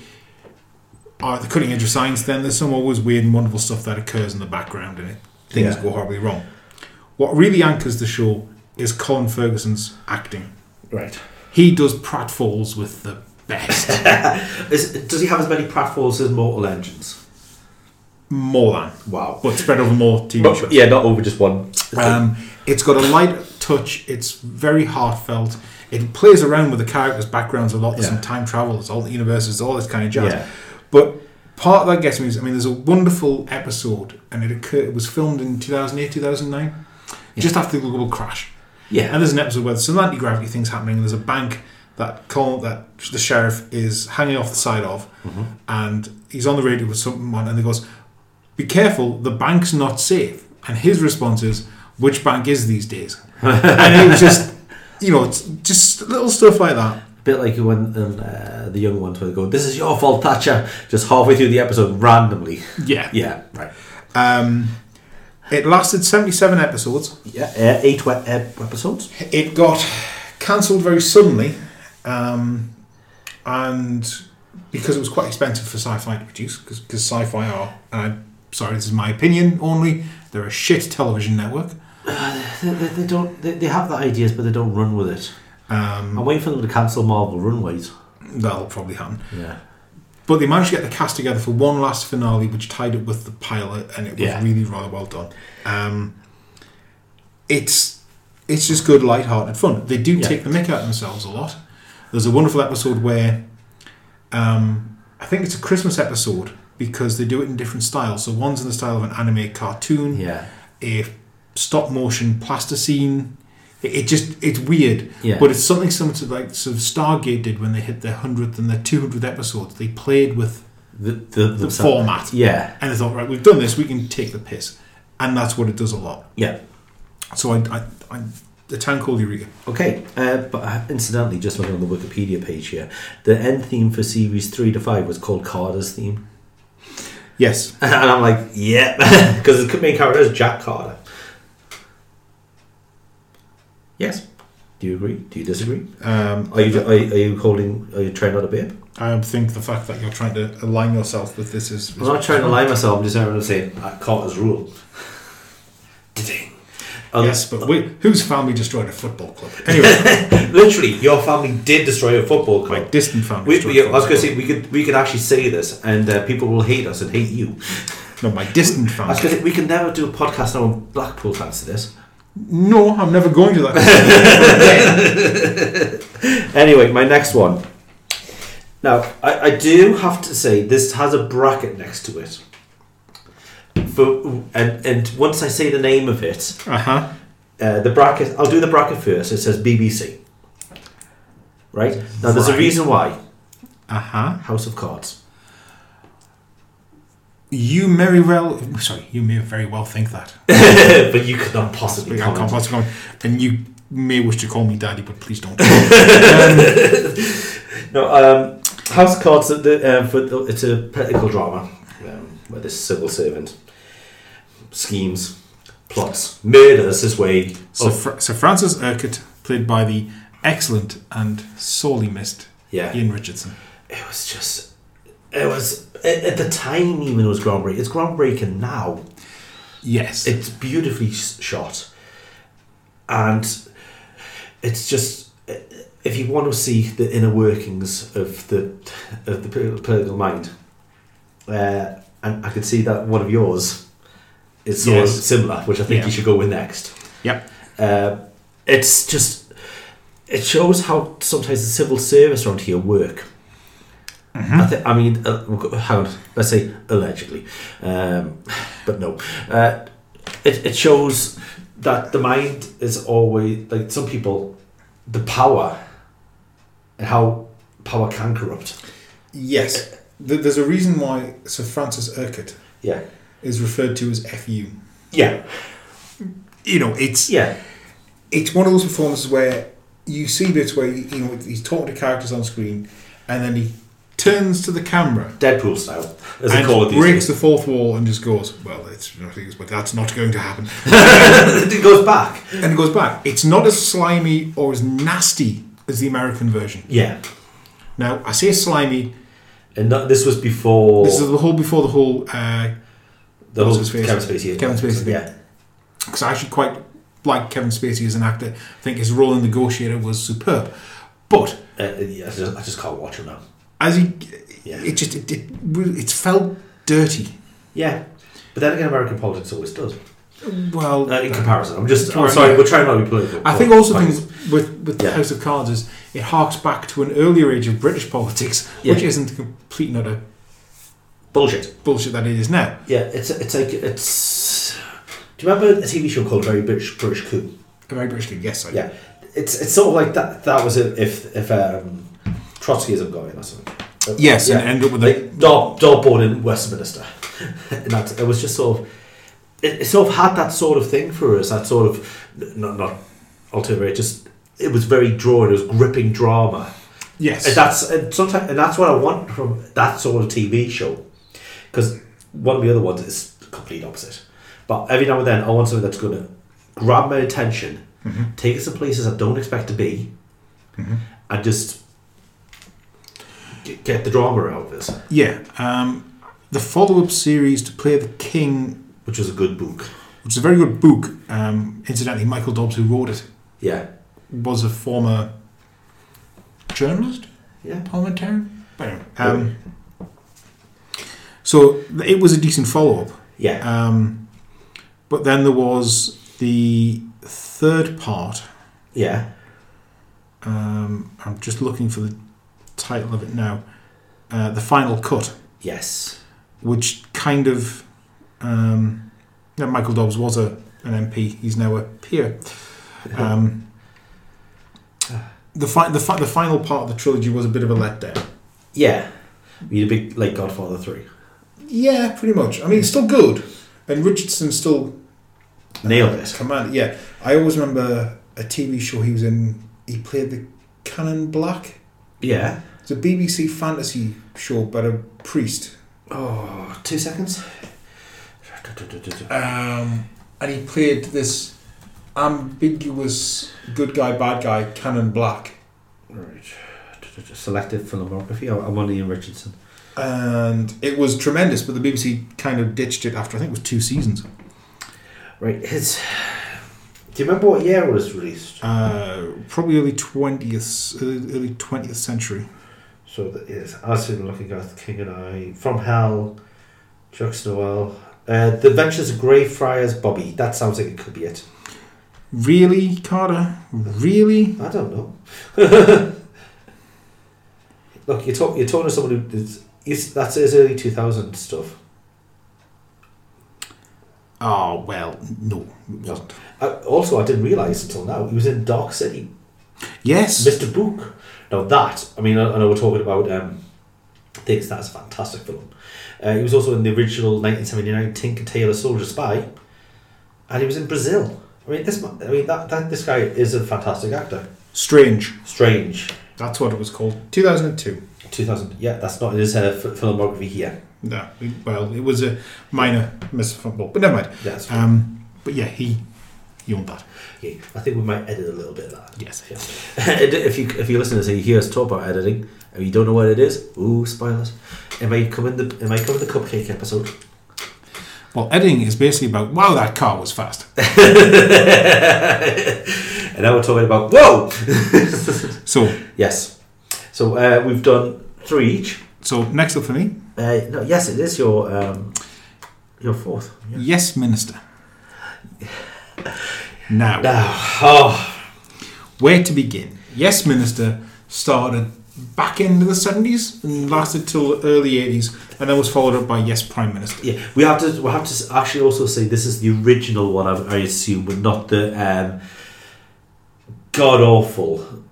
Speaker 4: are at the cutting edge of science, then there's some always weird and wonderful stuff that occurs in the background and it, things
Speaker 3: Yeah.
Speaker 4: go horribly wrong. What really anchors the show is Colin Ferguson's acting.
Speaker 3: Right.
Speaker 4: He does pratfalls with the best.
Speaker 3: Is, does he have as many pratfalls as Mortal Engines?
Speaker 4: more than.
Speaker 3: Wow.
Speaker 4: But spread over more TV shows.
Speaker 3: yeah, not over just one.
Speaker 4: Um, it's got a light touch. It's very heartfelt. It plays around with the characters' backgrounds a lot. There's
Speaker 3: Yeah.
Speaker 4: some time travel. There's alternate universes. All this kind of jazz.
Speaker 3: Yeah.
Speaker 4: But part of that gets me is, I mean, there's a wonderful episode, and it occurred. It was filmed in 2008, 2009, just after the global crash.
Speaker 3: Yeah.
Speaker 4: And there's an episode where there's some anti-gravity things happening, and there's a bank that call that the sheriff is hanging off the side of, and he's on the radio with someone, and he goes, "Be careful, the bank's not safe." And his response is, "Which bank is these days?" and it was just, you know, it's just little stuff like that.
Speaker 3: A bit like when um, uh, the young ones were going, "This is your fault, Thatcher." Just halfway through the episode, randomly.
Speaker 4: Yeah,
Speaker 3: Yeah. Right.
Speaker 4: Um, it lasted seventy-seven episodes.
Speaker 3: Yeah. Uh, eight we- uh, episodes.
Speaker 4: it got cancelled very suddenly, um, and because it was quite expensive for sci-fi to produce, because sci-fi are, and I'm sorry, this is my opinion only, they're a shit television network.
Speaker 3: They, they, they don't. They, they have the ideas, but they don't run with it. I'm
Speaker 4: Um,
Speaker 3: waiting for them to cancel Marvel Runways.
Speaker 4: that'll probably happen.
Speaker 3: Yeah.
Speaker 4: But they managed to get the cast together for one last finale, which tied up with the pilot, and it was
Speaker 3: Yeah.
Speaker 4: really rather well done. Um, it's it's just good, light-hearted fun. They do
Speaker 3: Yeah.
Speaker 4: take the mick out of themselves a lot. There's a wonderful episode where um, I think it's a Christmas episode because they do it in different styles. So one's in the style of an anime cartoon,
Speaker 3: Yeah.
Speaker 4: a stop motion plasticine. It, it just it's weird,
Speaker 3: Yeah.
Speaker 4: but it's something similar to like sort of Stargate did when they hit their hundredth and their two hundredth episodes. They played with
Speaker 3: The the,
Speaker 4: the
Speaker 3: themselves.
Speaker 4: format,
Speaker 3: Yeah.
Speaker 4: and they thought, right, we've done this, we can take the piss, and that's what it does a lot.
Speaker 3: Yeah.
Speaker 4: So I, I, I the town called Eureka.
Speaker 3: Okay, uh, but I- incidentally, just looking on the Wikipedia page here, the end theme for series three to five was called Carter's theme,
Speaker 4: Yes,
Speaker 3: and I'm like, yeah, because the main character is Jack Carter. Yes. Do you agree? Do you disagree?
Speaker 4: um,
Speaker 3: Are you are, you- are you holding? Are you trying not to be?
Speaker 4: I think the fact that you're trying to align yourself with this is. is
Speaker 3: I'm not trying to lie myself. I'm just having to say uh, Carter's rule. Ding.
Speaker 4: Yes, but we, whose family destroyed a football club? Anyway,
Speaker 3: literally, your family did destroy a football
Speaker 4: my
Speaker 3: club.
Speaker 4: distant family.
Speaker 3: We,
Speaker 4: destroyed
Speaker 3: we-
Speaker 4: a
Speaker 3: I was
Speaker 4: football
Speaker 3: going to
Speaker 4: club.
Speaker 3: say we could we could actually say this, and uh, people will hate us and hate you.
Speaker 4: no, my distant
Speaker 3: I
Speaker 4: family.
Speaker 3: was going to say we can never do a podcast now on Blackpool thanks to this.
Speaker 4: No, I'm never going to that.
Speaker 3: Anyway, my next one. Now, I, I do have to say this has a bracket next to it. For and and once I say the name of it,
Speaker 4: uh huh.
Speaker 3: uh, the bracket. I'll do the bracket first. It says BBC. Right now, there's a
Speaker 4: Right.
Speaker 3: reason why
Speaker 4: Uh huh.
Speaker 3: House of Cards.
Speaker 4: You may well, sorry, you may very well think that.
Speaker 3: but you could not possibly
Speaker 4: But I can't
Speaker 3: comment.
Speaker 4: possibly comment. And you may wish to call me daddy, but please don't.
Speaker 3: No, um, House of Cards. The, um, for the, it's a political drama um, where this civil servant schemes, plots, murders his way.
Speaker 4: so,
Speaker 3: of-
Speaker 4: Fr- Sir Francis Urquhart, played by the excellent and sorely missed
Speaker 3: yeah,
Speaker 4: Ian Richardson.
Speaker 3: it was just. It was at, at the time even it was groundbreaking. It's groundbreaking now.
Speaker 4: Yes.
Speaker 3: Eh, It's beautifully s- shot, and it's just uh, if you want to see the inner workings of the of the pol- political mind, uh, and I can see that one of yours is sort of
Speaker 4: Yes.
Speaker 3: similar, which I think
Speaker 4: Yeah.
Speaker 3: you should go with next.
Speaker 4: Yep.
Speaker 3: Uh, it's just it shows how sometimes the civil service around here work.
Speaker 4: Mm-hmm.
Speaker 3: I, th- I mean, uh, we've got- hang on, let's say allegedly, um, but no. Uh, it, it shows that the mind is always like some people, the power, and how power can corrupt.
Speaker 4: Yes. Eh, Th- There's a reason why Sir Francis Urquhart
Speaker 3: Yeah,
Speaker 4: is referred to as FU.
Speaker 3: yeah,
Speaker 4: You know, it's
Speaker 3: yeah,
Speaker 4: it's one of those performances where you see bits where you know he's talking to characters on screen, and then he turns to the camera
Speaker 3: Deadpool style, as they
Speaker 4: and
Speaker 3: call it these
Speaker 4: breaks
Speaker 3: days.
Speaker 4: the fourth wall and just goes, "Well, it's nothing, but that's not going to happen,"
Speaker 3: it goes back.
Speaker 4: and it goes back. It's not as slimy or as nasty as the American version.
Speaker 3: Yeah,
Speaker 4: Now, I say slimy.
Speaker 3: and that, this was before
Speaker 4: This is the whole before the whole uh,
Speaker 3: the whole
Speaker 4: what's his face?
Speaker 3: Kevin Spacey.
Speaker 4: Kevin Spacey.
Speaker 3: Yeah,
Speaker 4: because I actually quite like Kevin Spacey as an actor. I think his role in Negotiator was superb. But
Speaker 3: uh, yeah I, just, I just can't watch him now.
Speaker 4: as he,
Speaker 3: Yeah.
Speaker 4: it just it, it, really- it felt dirty.
Speaker 3: Yeah, but then again, American politics always does.
Speaker 4: Well,
Speaker 3: Uh, in comparison, I'm just. I'm
Speaker 4: Comparison,
Speaker 3: sorry,
Speaker 4: yeah.
Speaker 3: we're trying not to be political.
Speaker 4: I think also
Speaker 3: Right.
Speaker 4: things with with the
Speaker 3: Yeah.
Speaker 4: House of Cards is it harks back to an earlier age of British politics, which
Speaker 3: Yeah.
Speaker 4: isn't complete and utter
Speaker 3: bullshit.
Speaker 4: bullshit that it is now.
Speaker 3: Yeah, it's it's like it's. Do you remember a TV show called Very British British Coup?
Speaker 4: A very British league, yes, I
Speaker 3: Yeah, it's it's sort of like that. That was it if if um, Trotskyism got in or something. Uh,
Speaker 4: Yes, and end up with a-
Speaker 3: like dog dog born in Westminster, and that it was just sort of it, it sort of had that sort of thing for us. That sort of not not ulterior, just it was very drawn. It was gripping drama.
Speaker 4: yes,
Speaker 3: And that's and sometimes and that's what I want from that sort of TV show, because one of the other ones is the complete opposite. But every now and then, I want something that's going to grab my attention, take us to places I don't expect to be, and just g- get the drama out of it,
Speaker 4: yeah. Um, the follow up series to Play the King,
Speaker 3: which was a good book.
Speaker 4: which is a very good book. Um, incidentally, Michael Dobbs, who wrote it,
Speaker 3: Yeah,
Speaker 4: was a former journalist,
Speaker 3: yeah,
Speaker 4: parliamentarian. I don't know. Um, so th- it was a decent follow up.
Speaker 3: yeah.
Speaker 4: Um, but then there was the third part.
Speaker 3: Yeah,
Speaker 4: Um, I'm just looking for the title of it now. Uh, the final cut,
Speaker 3: yes,
Speaker 4: which kind of um, yeah, Michael Dobbs was a an MP. He's now a peer. Um, the fi- the fi- the final part of the trilogy was a bit of a letdown.
Speaker 3: yeah. We had a big like Godfather three.
Speaker 4: Yeah, pretty much. I mean, it's still good, and Richardson still
Speaker 3: Nailed it.
Speaker 4: Command. Yeah, I always remember a TV show he was in. He played the Canon Black.
Speaker 3: Yeah.
Speaker 4: It's a BBC fantasy show about a priest.
Speaker 3: Oh, two seconds.
Speaker 4: Um, and he played this ambiguous good guy, bad guy, Canon Black.
Speaker 3: Right. Selective filmography. I- I'm on Ian Richardson.
Speaker 4: And it was tremendous, but the BBC kind of ditched it after I think it was two seasons.
Speaker 3: Right. His. Do you remember what year it was released?
Speaker 4: Uh, probably early twentieth, early twentieth century.
Speaker 3: So that is As in Looking at King and I, From Hell, Chuck Noel, uh, The Adventures of Greyfriars Bobby. That sounds like it could be it.
Speaker 4: Really, Carter? Really?
Speaker 3: I don't know. Look, you're talking. You're talking to someone who is. is- That's his early two thousand stuff.
Speaker 4: Oh well, no, it wasn't.
Speaker 3: I, also, I didn't realise until now he was in Dark City
Speaker 4: Yes.
Speaker 3: Mr. Book. Now that, I mean, I, I know we're talking about um, things. That's a fantastic film. Uh, he was also in the original 1979 Tinker Tailor Soldier Spy, and he was in Brazil. I mean, this. man- I mean, that, that this guy is a fantastic actor.
Speaker 4: Strange.
Speaker 3: Strange.
Speaker 4: That's what it was called. 2002.
Speaker 3: 2000. Yeah, that's not in his uh, f- filmography here.
Speaker 4: No, well, it was a minor miss football, but never mind.
Speaker 3: That's.
Speaker 4: Um, but yeah, he he owned that.
Speaker 3: okay. I think we might edit a little bit of that.
Speaker 4: Yes.
Speaker 3: Yeah. if you if you listen to this and you hear us talk about editing and you don't know what it is, ooh, spoilers. It might come in the it might come in the cupcake episode.
Speaker 4: Well, editing is basically about wow, that car was fast.
Speaker 3: and now we're talking about whoa.
Speaker 4: So,
Speaker 3: Yes. So uh, we've done three each.
Speaker 4: so next up for me,
Speaker 3: Uh, no, yes, it is your um, your fourth. Yeah.
Speaker 4: yes, minister. Now,
Speaker 3: Now, oh,
Speaker 4: where to begin? Yes, minister started back into the seventies and lasted till early eighties, and then was followed up by yes, prime minister.
Speaker 3: yeah, we have to we have to s- actually also say this is the original one. I, I assume, but not the um, god awful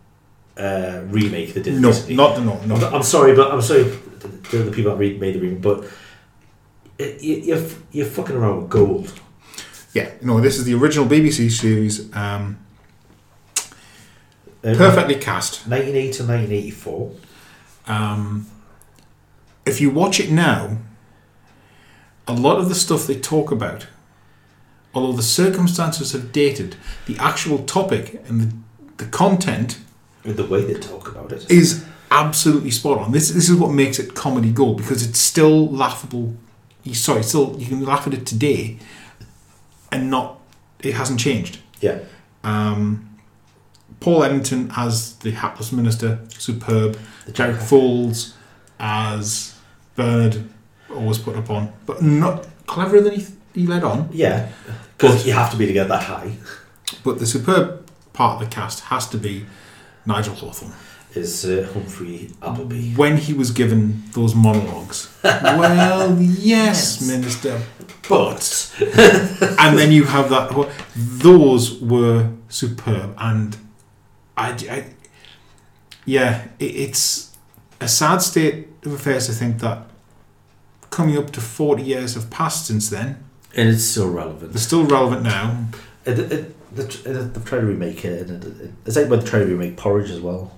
Speaker 3: uh, remake that did
Speaker 4: No,
Speaker 3: Disney.
Speaker 4: not the no,
Speaker 3: I'm,
Speaker 4: no.
Speaker 3: I'm sorry, but I'm sorry to the people that re- made the remake, but it, you, you're f- you're fucking around with gold.
Speaker 4: Yeah, no. This is the original BBC series, um,
Speaker 3: Um,
Speaker 4: perfectly cast.
Speaker 3: 1980 to 1984.
Speaker 4: Um, if you watch it now, a lot of the stuff they talk about, although the circumstances have dated, the actual topic and the, the content
Speaker 3: With the way they talk about it.
Speaker 4: is absolutely spot on. This this is what makes it comedy gold because it's still laughable. you- Sorry, still you can laugh at it today, and not it hasn't changed.
Speaker 3: Yeah.
Speaker 4: Um, Paul Eddington as the hapless minister, superb.
Speaker 3: The
Speaker 4: Jared
Speaker 3: Joker.
Speaker 4: Falls as Bernard, always put upon, but not cleverer than he, he led on.
Speaker 3: Yeah, because you have to be to get that high.
Speaker 4: But the superb part of the cast has to be Nigel Hawthorne.
Speaker 3: Is uh, Humphrey Appleby?
Speaker 4: When he was given those monologues, well, yes,
Speaker 5: Yes.
Speaker 4: Minister,
Speaker 3: But
Speaker 4: and then you have that. wh- Those were superb, and I, I- yeah, it, it's a sad state of affairs to think that coming up to forty years have passed since then.
Speaker 3: and it's still
Speaker 4: They're
Speaker 3: relevant.
Speaker 4: still relevant now.
Speaker 3: It, it, the, the, the try to remake it, and it, it, it's like when they try to remake porridge as well.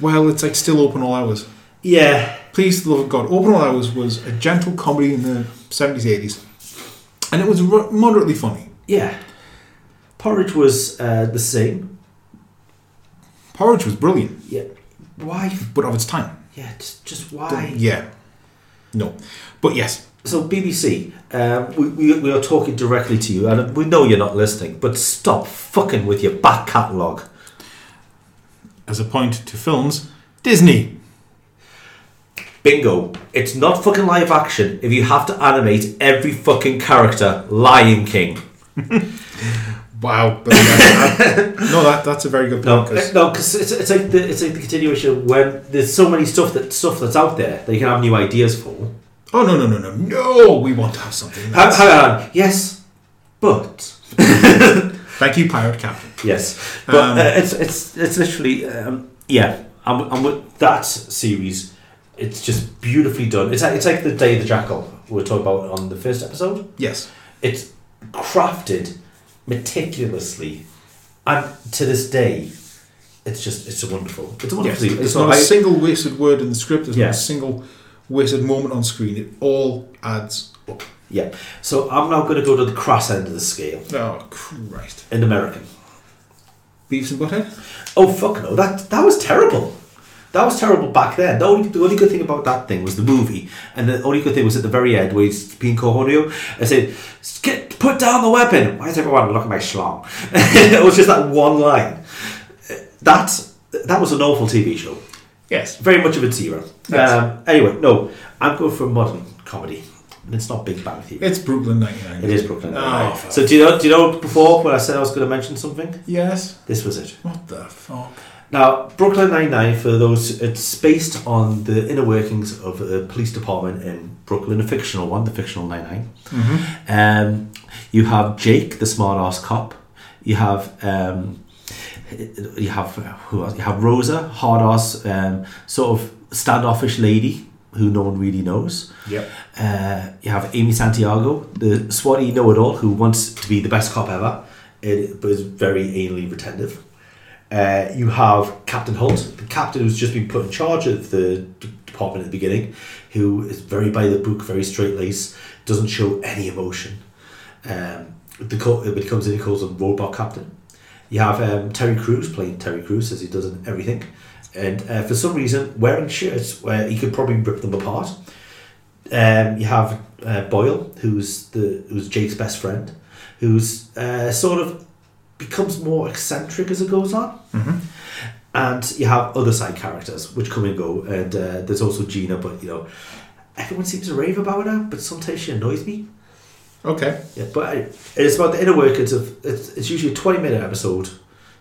Speaker 4: Well, it's like still open all hours.
Speaker 3: Yeah,
Speaker 4: Please, the love of God, open all hours was a gentle comedy in the seventies, eighties, and it was ru- moderately funny.
Speaker 3: yeah. Porridge was uh, the same.
Speaker 4: Porridge was brilliant,
Speaker 3: Yeah, why?
Speaker 4: but of its time.
Speaker 3: Yeah, just, just why?
Speaker 4: Yeah, no, but yes,
Speaker 3: So BBC, um, we, we we are talking directly to you, and we know you're not listening, but stop fucking with your back catalogue.
Speaker 4: as a point to films, Disney.
Speaker 3: Bingo. It's not fucking live action if you have to animate every fucking character. Lion King.
Speaker 4: Wow. But that, that- no, that, that's a very good
Speaker 3: No,
Speaker 4: point.
Speaker 3: eh,
Speaker 4: 'cause-
Speaker 3: no, because it's, it's like the it's like the continuation of when there's so many stuff that stuff that's out there that you can have new ideas for.
Speaker 4: oh, no, no, no, no. No, we want to have something.
Speaker 3: Hang,
Speaker 4: That's,
Speaker 3: hang on. Yes, but
Speaker 4: thank you, Pirate Captain.
Speaker 3: yes, but
Speaker 4: Um,
Speaker 3: uh, it's it's it's literally um, yeah. I'm, I'm with that series. It's just beautifully done. It's like, it's like the Day of the Jackal we were talking about on the first episode.
Speaker 4: Yes.
Speaker 3: it's crafted meticulously and to this day it's just it's wonderful it's a
Speaker 4: yes.
Speaker 3: wonderful
Speaker 4: There's not a
Speaker 3: I-
Speaker 4: single wasted word in the script. There's
Speaker 3: Yeah.
Speaker 4: not a single wasted moment on screen. It all adds up.
Speaker 3: yeah so i'm now going to go to the cross end of the scale
Speaker 4: Oh, Christ.
Speaker 3: in american
Speaker 4: Beavis and Butthead?
Speaker 3: oh fuck no that that was terrible that was terrible back then. The only, the only good thing about that thing was the movie, and the only good thing was at the very end where he's being cojonudo and said, "Get put down the weapon." Why is everyone looking at my schlong? it was just that one line. That that was an awful TV show.
Speaker 4: Yes.
Speaker 3: very much of its era.
Speaker 4: Yes.
Speaker 3: Um, anyway, no, I'm going for modern comedy. And It's not Big Bang Theory.
Speaker 4: It's Brooklyn 99.
Speaker 3: It is Brooklyn.
Speaker 4: Oh,
Speaker 3: Nine-Nine. so do you know? Do you know before when I said I was going to mention something?
Speaker 4: Yes.
Speaker 3: This was it.
Speaker 4: What the fuck?
Speaker 3: Now, Brooklyn Nine Nine. For those, it's based on the inner workings of a police department in Brooklyn, a fictional one, the fictional Nine Nine. Um, you have Jake, the smart ass cop. You have um, you have who else? You have Rosa, hard ass, um, sort of standoffish lady who no one really knows.
Speaker 4: Yep.
Speaker 3: Uh, you have Amy Santiago, the swatty know-it-all who wants to be the best cop ever, eh, but is very anally retentive. Uh, you have Captain Hunt, the captain who's just been put in charge of the d- department at the beginning, who is very by the book, very straight laced, doesn't show any emotion. Um, the co- when he comes in, he calls him Robot Captain. You have um, Terry Crews playing Terry Crews as he does in everything, and uh, for some reason wearing shirts where he could probably rip them apart. Um, you have uh, Boyle, who's the who's Jake's best friend, who's uh, sort of becomes more eccentric as it goes on.
Speaker 4: Mhm.
Speaker 3: And you have other side characters which come and go, and uh, there's also Gina, but you know, everyone seems to rave about her, but sometimes she annoys me.
Speaker 4: Okay.
Speaker 3: Yeah, but I, it's about the inner workings of it's, it's usually a 20 minute episode.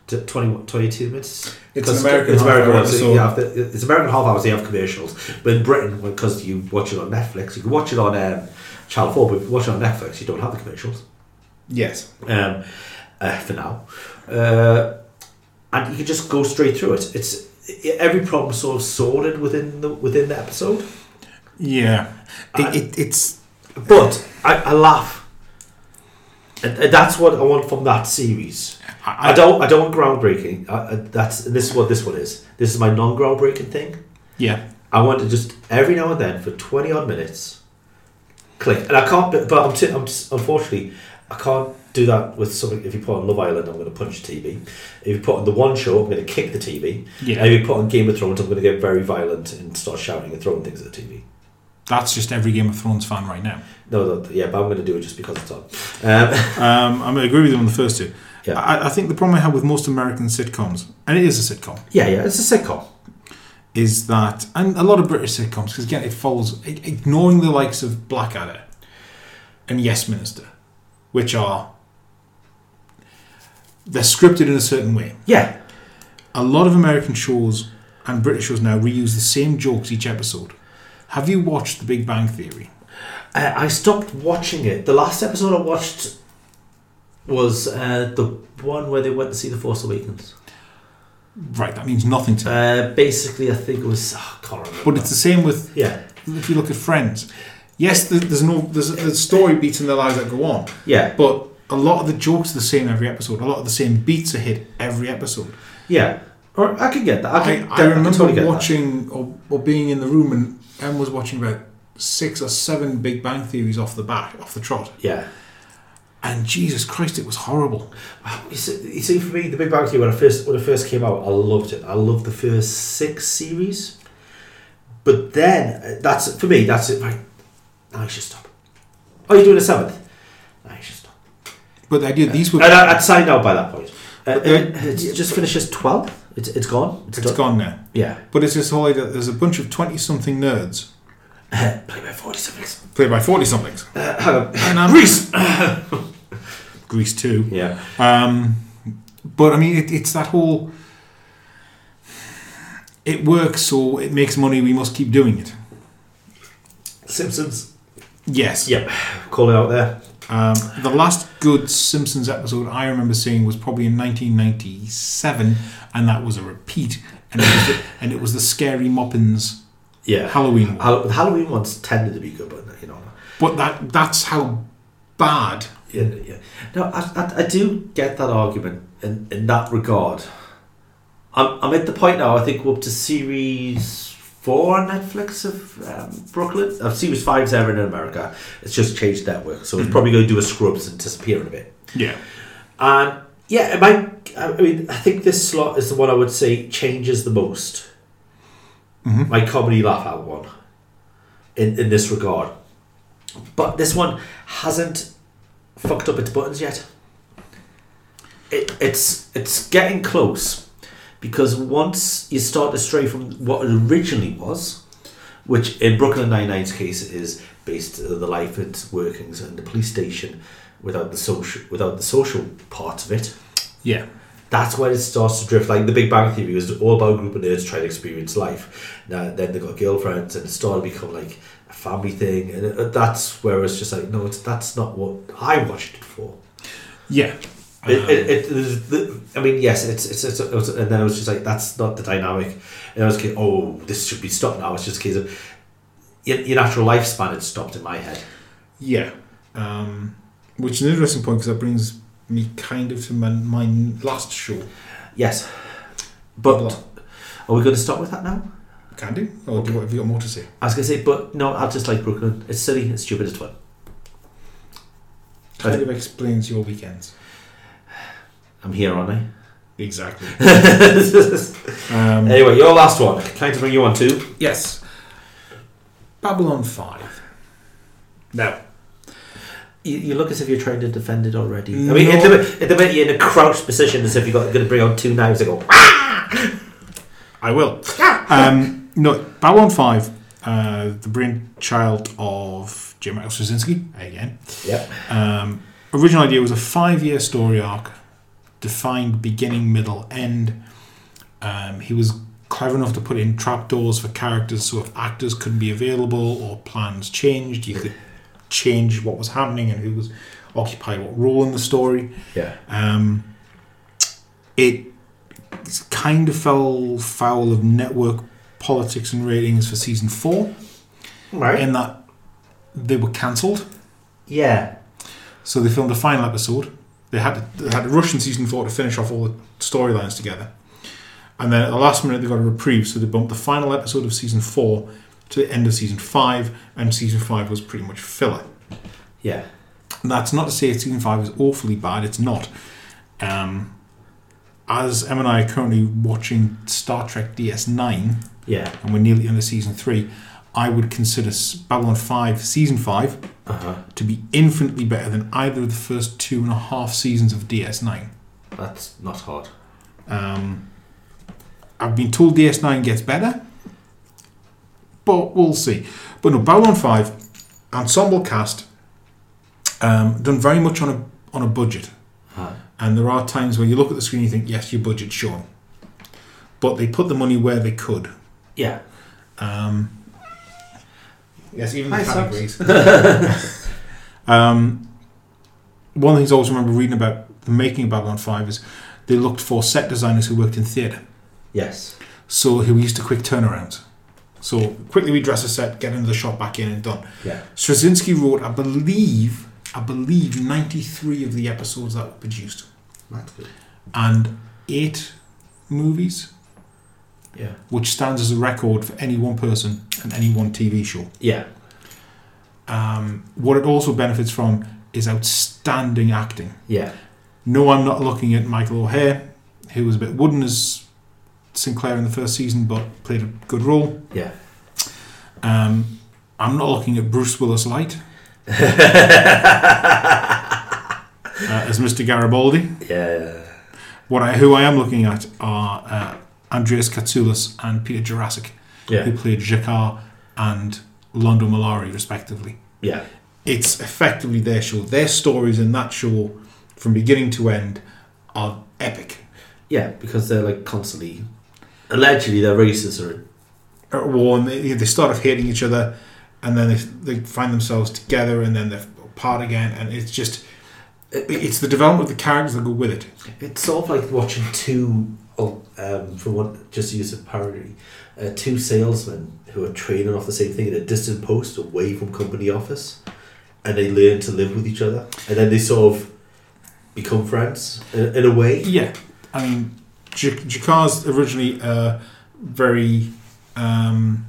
Speaker 3: to 20, 22 minutes.
Speaker 4: It's
Speaker 3: 'Cause
Speaker 4: an American
Speaker 3: it's
Speaker 4: half
Speaker 3: American
Speaker 4: hour
Speaker 3: ones, so
Speaker 4: episode.
Speaker 3: you have the- it's American half hours. They have commercials, but in Britain, because you watch it on Netflix, you can watch it on um, Channel Four, but if you watch it on Netflix, you don't have the commercials
Speaker 4: Yes.
Speaker 3: um, uh, for now, uh, and you can just go straight through it. It's every problem sort of sorted within the within the episode,
Speaker 4: Yeah.
Speaker 3: I-
Speaker 4: It, it, it's
Speaker 3: but I, I laugh, and, and that's what I want from that series. I don't. I don't want groundbreaking. I, I, that's and this is what this one is. This is my non-groundbreaking thing.
Speaker 4: Yeah.
Speaker 3: I want to just every now and then for twenty odd minutes, click. And I can't. But, but I'm, t- I'm t- unfortunately I can't do that with something. If you put on Love Island, I'm going to punch the TV. If you put on the One Show, I'm going to kick the TV.
Speaker 4: Yeah.
Speaker 3: And if you put on Game of Thrones, I'm going to get very violent and start shouting and throwing things at the TV.
Speaker 4: That's just every Game of Thrones fan right now.
Speaker 3: No, no yeah, but I'm going to do it just because it's on. Um,
Speaker 4: Um, I'm going to agree with you on the first two.
Speaker 3: Yeah.
Speaker 4: I, I think the problem I have with most American sitcoms, and it is a sitcom,
Speaker 3: yeah, yeah, it's a sitcom.
Speaker 4: is that, and a lot of British sitcoms, because again, it follows, i ignoring the likes of Blackadder and Yes Minister, which are, they're scripted in a certain way.
Speaker 3: Yeah,
Speaker 4: A lot of American shows and British shows now reuse the same jokes each episode. Have you watched The Big Bang Theory?
Speaker 3: Uh, I stopped watching it. The last episode I watched was uh, the one where they went to see The Force Awakens.
Speaker 4: Right, that means nothing to me.
Speaker 3: Uh, basically, I think it was. Oh, I can't remember.
Speaker 4: But it's the same with
Speaker 3: yeah,
Speaker 4: if you look at Friends, yes, there- there's no there's, there's story beats in their lives that go on,
Speaker 3: yeah,
Speaker 4: but a lot of the jokes are the same every episode. A lot of the same beats are hit every episode.
Speaker 3: yeah. Or I can get that. I,
Speaker 4: I,
Speaker 3: can,
Speaker 4: I remember
Speaker 3: totally get that.
Speaker 4: watching or, or being in the room and Em was watching about six or seven Big Bang Theories off the back off the trot,
Speaker 3: Yeah.
Speaker 4: and Jesus Christ, it was horrible.
Speaker 3: You see, you see, for me, The Big Bang Theory when I first when it first came out, I loved it. I loved the first six series, but then uh, that's for me. That's it. Right now, you should stop. Oh, you're doing a seventh. Now you should stop.
Speaker 4: But the idea these were
Speaker 3: And I, I'd signed out by that point. Uh,
Speaker 4: But
Speaker 3: it,
Speaker 4: they-
Speaker 3: it just finishes 12. It's, it's gone.
Speaker 4: it's gone now.
Speaker 3: Yeah.
Speaker 4: But it's this whole idea that there's a bunch of twenty something nerds
Speaker 3: Play by 47.
Speaker 4: played by forty somethings.
Speaker 3: Um,
Speaker 4: and I'm
Speaker 3: Reese!
Speaker 4: Grease too.
Speaker 3: Yeah.
Speaker 4: Um, but I mean, it, it's that whole. It works, so it makes money. We must keep doing it.
Speaker 3: Simpsons.
Speaker 4: Yes.
Speaker 3: Yep. Call it out there.
Speaker 4: Um, the last good Simpsons episode I remember seeing was probably in 1997, and that was a repeat. And it was the, and it was the scary Moppins
Speaker 3: Yeah.
Speaker 4: Halloween. one.
Speaker 3: Hall- the Halloween ones tended to be good, but you know.
Speaker 4: But that that's how bad.
Speaker 3: Yeah, yeah. No, I, I, I do get that argument in, in that regard. I'm, I'm at the point now, I think we're up to series four on Netflix of um, Brooklyn. Uh, series five's ever in America. It's just changed network, so it's probably going to do a Scrubs and disappear in a bit.
Speaker 4: Yeah.
Speaker 3: And yeah, it might. I mean, I think this slot is the one I would say changes the most. My comedy laugh out one, in in this regard, but this one hasn't fucked up its buttons yet. It, it's it's getting close, because once you start to stray from what it originally was, which in Brooklyn Nine Nine's case is based on the life and workings and the police station, without the social without the social part of it,
Speaker 4: Yeah.
Speaker 3: that's when it starts to drift. Like the Big Bang Theory was all about a group of nerds trying to experience life. Now then they got girlfriends and it started to become like a family thing, and it- that's where it's just like no, it's that's not what I watched it for.
Speaker 4: Yeah.
Speaker 3: It, it, it, there's the, I mean, yes, it's it's, it's it was, and then I was just like, that's not the dynamic, and I was like, oh, this should be stopped now. It's just a case of your, your natural lifespan had stopped in my head.
Speaker 4: Yeah, um, which is an interesting point because that brings me kind of to my, my last show.
Speaker 3: Yes, but
Speaker 4: Blah.
Speaker 3: are we going to stop with that now?
Speaker 4: Can do? Or do, have you got more to say?
Speaker 3: I was gonna say, but no, I just like Brooklyn. It's silly, it's stupid, it's fun.
Speaker 4: Kind of explains your weekends.
Speaker 3: I'm here, aren't I?
Speaker 4: Exactly. Um, Uh,
Speaker 3: anyway, your last one. Trying to bring you on too.
Speaker 4: yes. Babylon 5. Now,
Speaker 3: You, you look as if you're trying to defend it already. I
Speaker 4: No.
Speaker 3: mean, at the, mi- at the minute you're in a crouched position as if you're going to bring on two knives and go. "Wah!"
Speaker 4: I will. um, no, Babylon 5, uh, the brainchild of J. Michael Straczynski, again.
Speaker 3: Yep.
Speaker 4: Um, original idea was a five year story arc, defined beginning, middle, end. Um, he was clever enough to put in trapdoors for characters so if actors couldn't be available or plans changed, you could change what was happening and who was occupied what role in the story.
Speaker 3: Yeah.
Speaker 4: Um, it kind of fell foul of network politics and ratings for season four,
Speaker 3: Right.
Speaker 4: in that they were cancelled.
Speaker 3: Yeah.
Speaker 4: So they filmed the final episode. They had to, they had to rush in season four to finish off all the storylines together, and then at the last minute they got a reprieve, so they bumped the final episode of season four to the end of season five, and season five was pretty much filler.
Speaker 3: Yeah.
Speaker 4: And that's not to say season five is awfully bad. It's not. Um, as Em and I are currently watching Star Trek DS9,
Speaker 3: Yeah.
Speaker 4: and we're nearly into season three, I would consider S- Babylon 5 season 5
Speaker 3: Uh huh.
Speaker 4: to be infinitely better than either of the first two and a half seasons of DS9.
Speaker 3: That's not hard.
Speaker 4: Um, I've been told DS9 gets better, but we'll see. But no, Babylon 5, ensemble cast, um, done very much on a, on a budget.
Speaker 3: Huh.
Speaker 4: And there are times where you look at the screen and you think, yes, your budget's shown. But they put the money where they could.
Speaker 3: Yeah.
Speaker 4: Um, yes, even
Speaker 3: Hi,
Speaker 4: the fan
Speaker 3: Socks.
Speaker 4: agrees. um, one of the things I always remember reading about the making of Babylon 5 is they looked for set designers who worked in theatre,
Speaker 3: Yes.
Speaker 4: so who were used to quick turnarounds. So quickly we dress a set, get into the shop, back in and done.
Speaker 3: Yeah.
Speaker 4: Straczynski wrote, I believe, I believe 93 of the episodes that were produced
Speaker 3: That's good.
Speaker 4: and eight movies,
Speaker 3: Yeah.
Speaker 4: which stands as a record for any one person and any one TV show.
Speaker 3: Yeah.
Speaker 4: Um, what it also benefits from is outstanding acting.
Speaker 3: Yeah.
Speaker 4: No, I'm not looking at Michael O'Hare, who was a bit wooden as Sinclair in the first season, but played a good role.
Speaker 3: Yeah.
Speaker 4: Um, I'm not looking at Bruce Willis Light uh, as Mr. Garibaldi.
Speaker 3: Yeah.
Speaker 4: What I, who I am looking at are uh, Andreas Katsoulis and Peter Jurassic,
Speaker 3: Yeah.
Speaker 4: who played Jakar and Londo Malari, respectively.
Speaker 3: Yeah.
Speaker 4: it's effectively their show. Their stories in that show, from beginning to end, are epic.
Speaker 3: Yeah. Because they're like constantly, allegedly, they're racist or
Speaker 4: At war, and they, they start off hating each other, and then they, they find themselves together, and then they're apart again, and it's just. it- It's the development of the characters that go with it.
Speaker 3: It's sort of like watching two, oh, um, for one, just to use a parody, uh, two salesmen who are training off the same thing at a distant post away from company office, and they learn to live with each other, and then they sort of become friends in, in a way.
Speaker 4: Yeah, I mean, J- Jakar's originally a very um,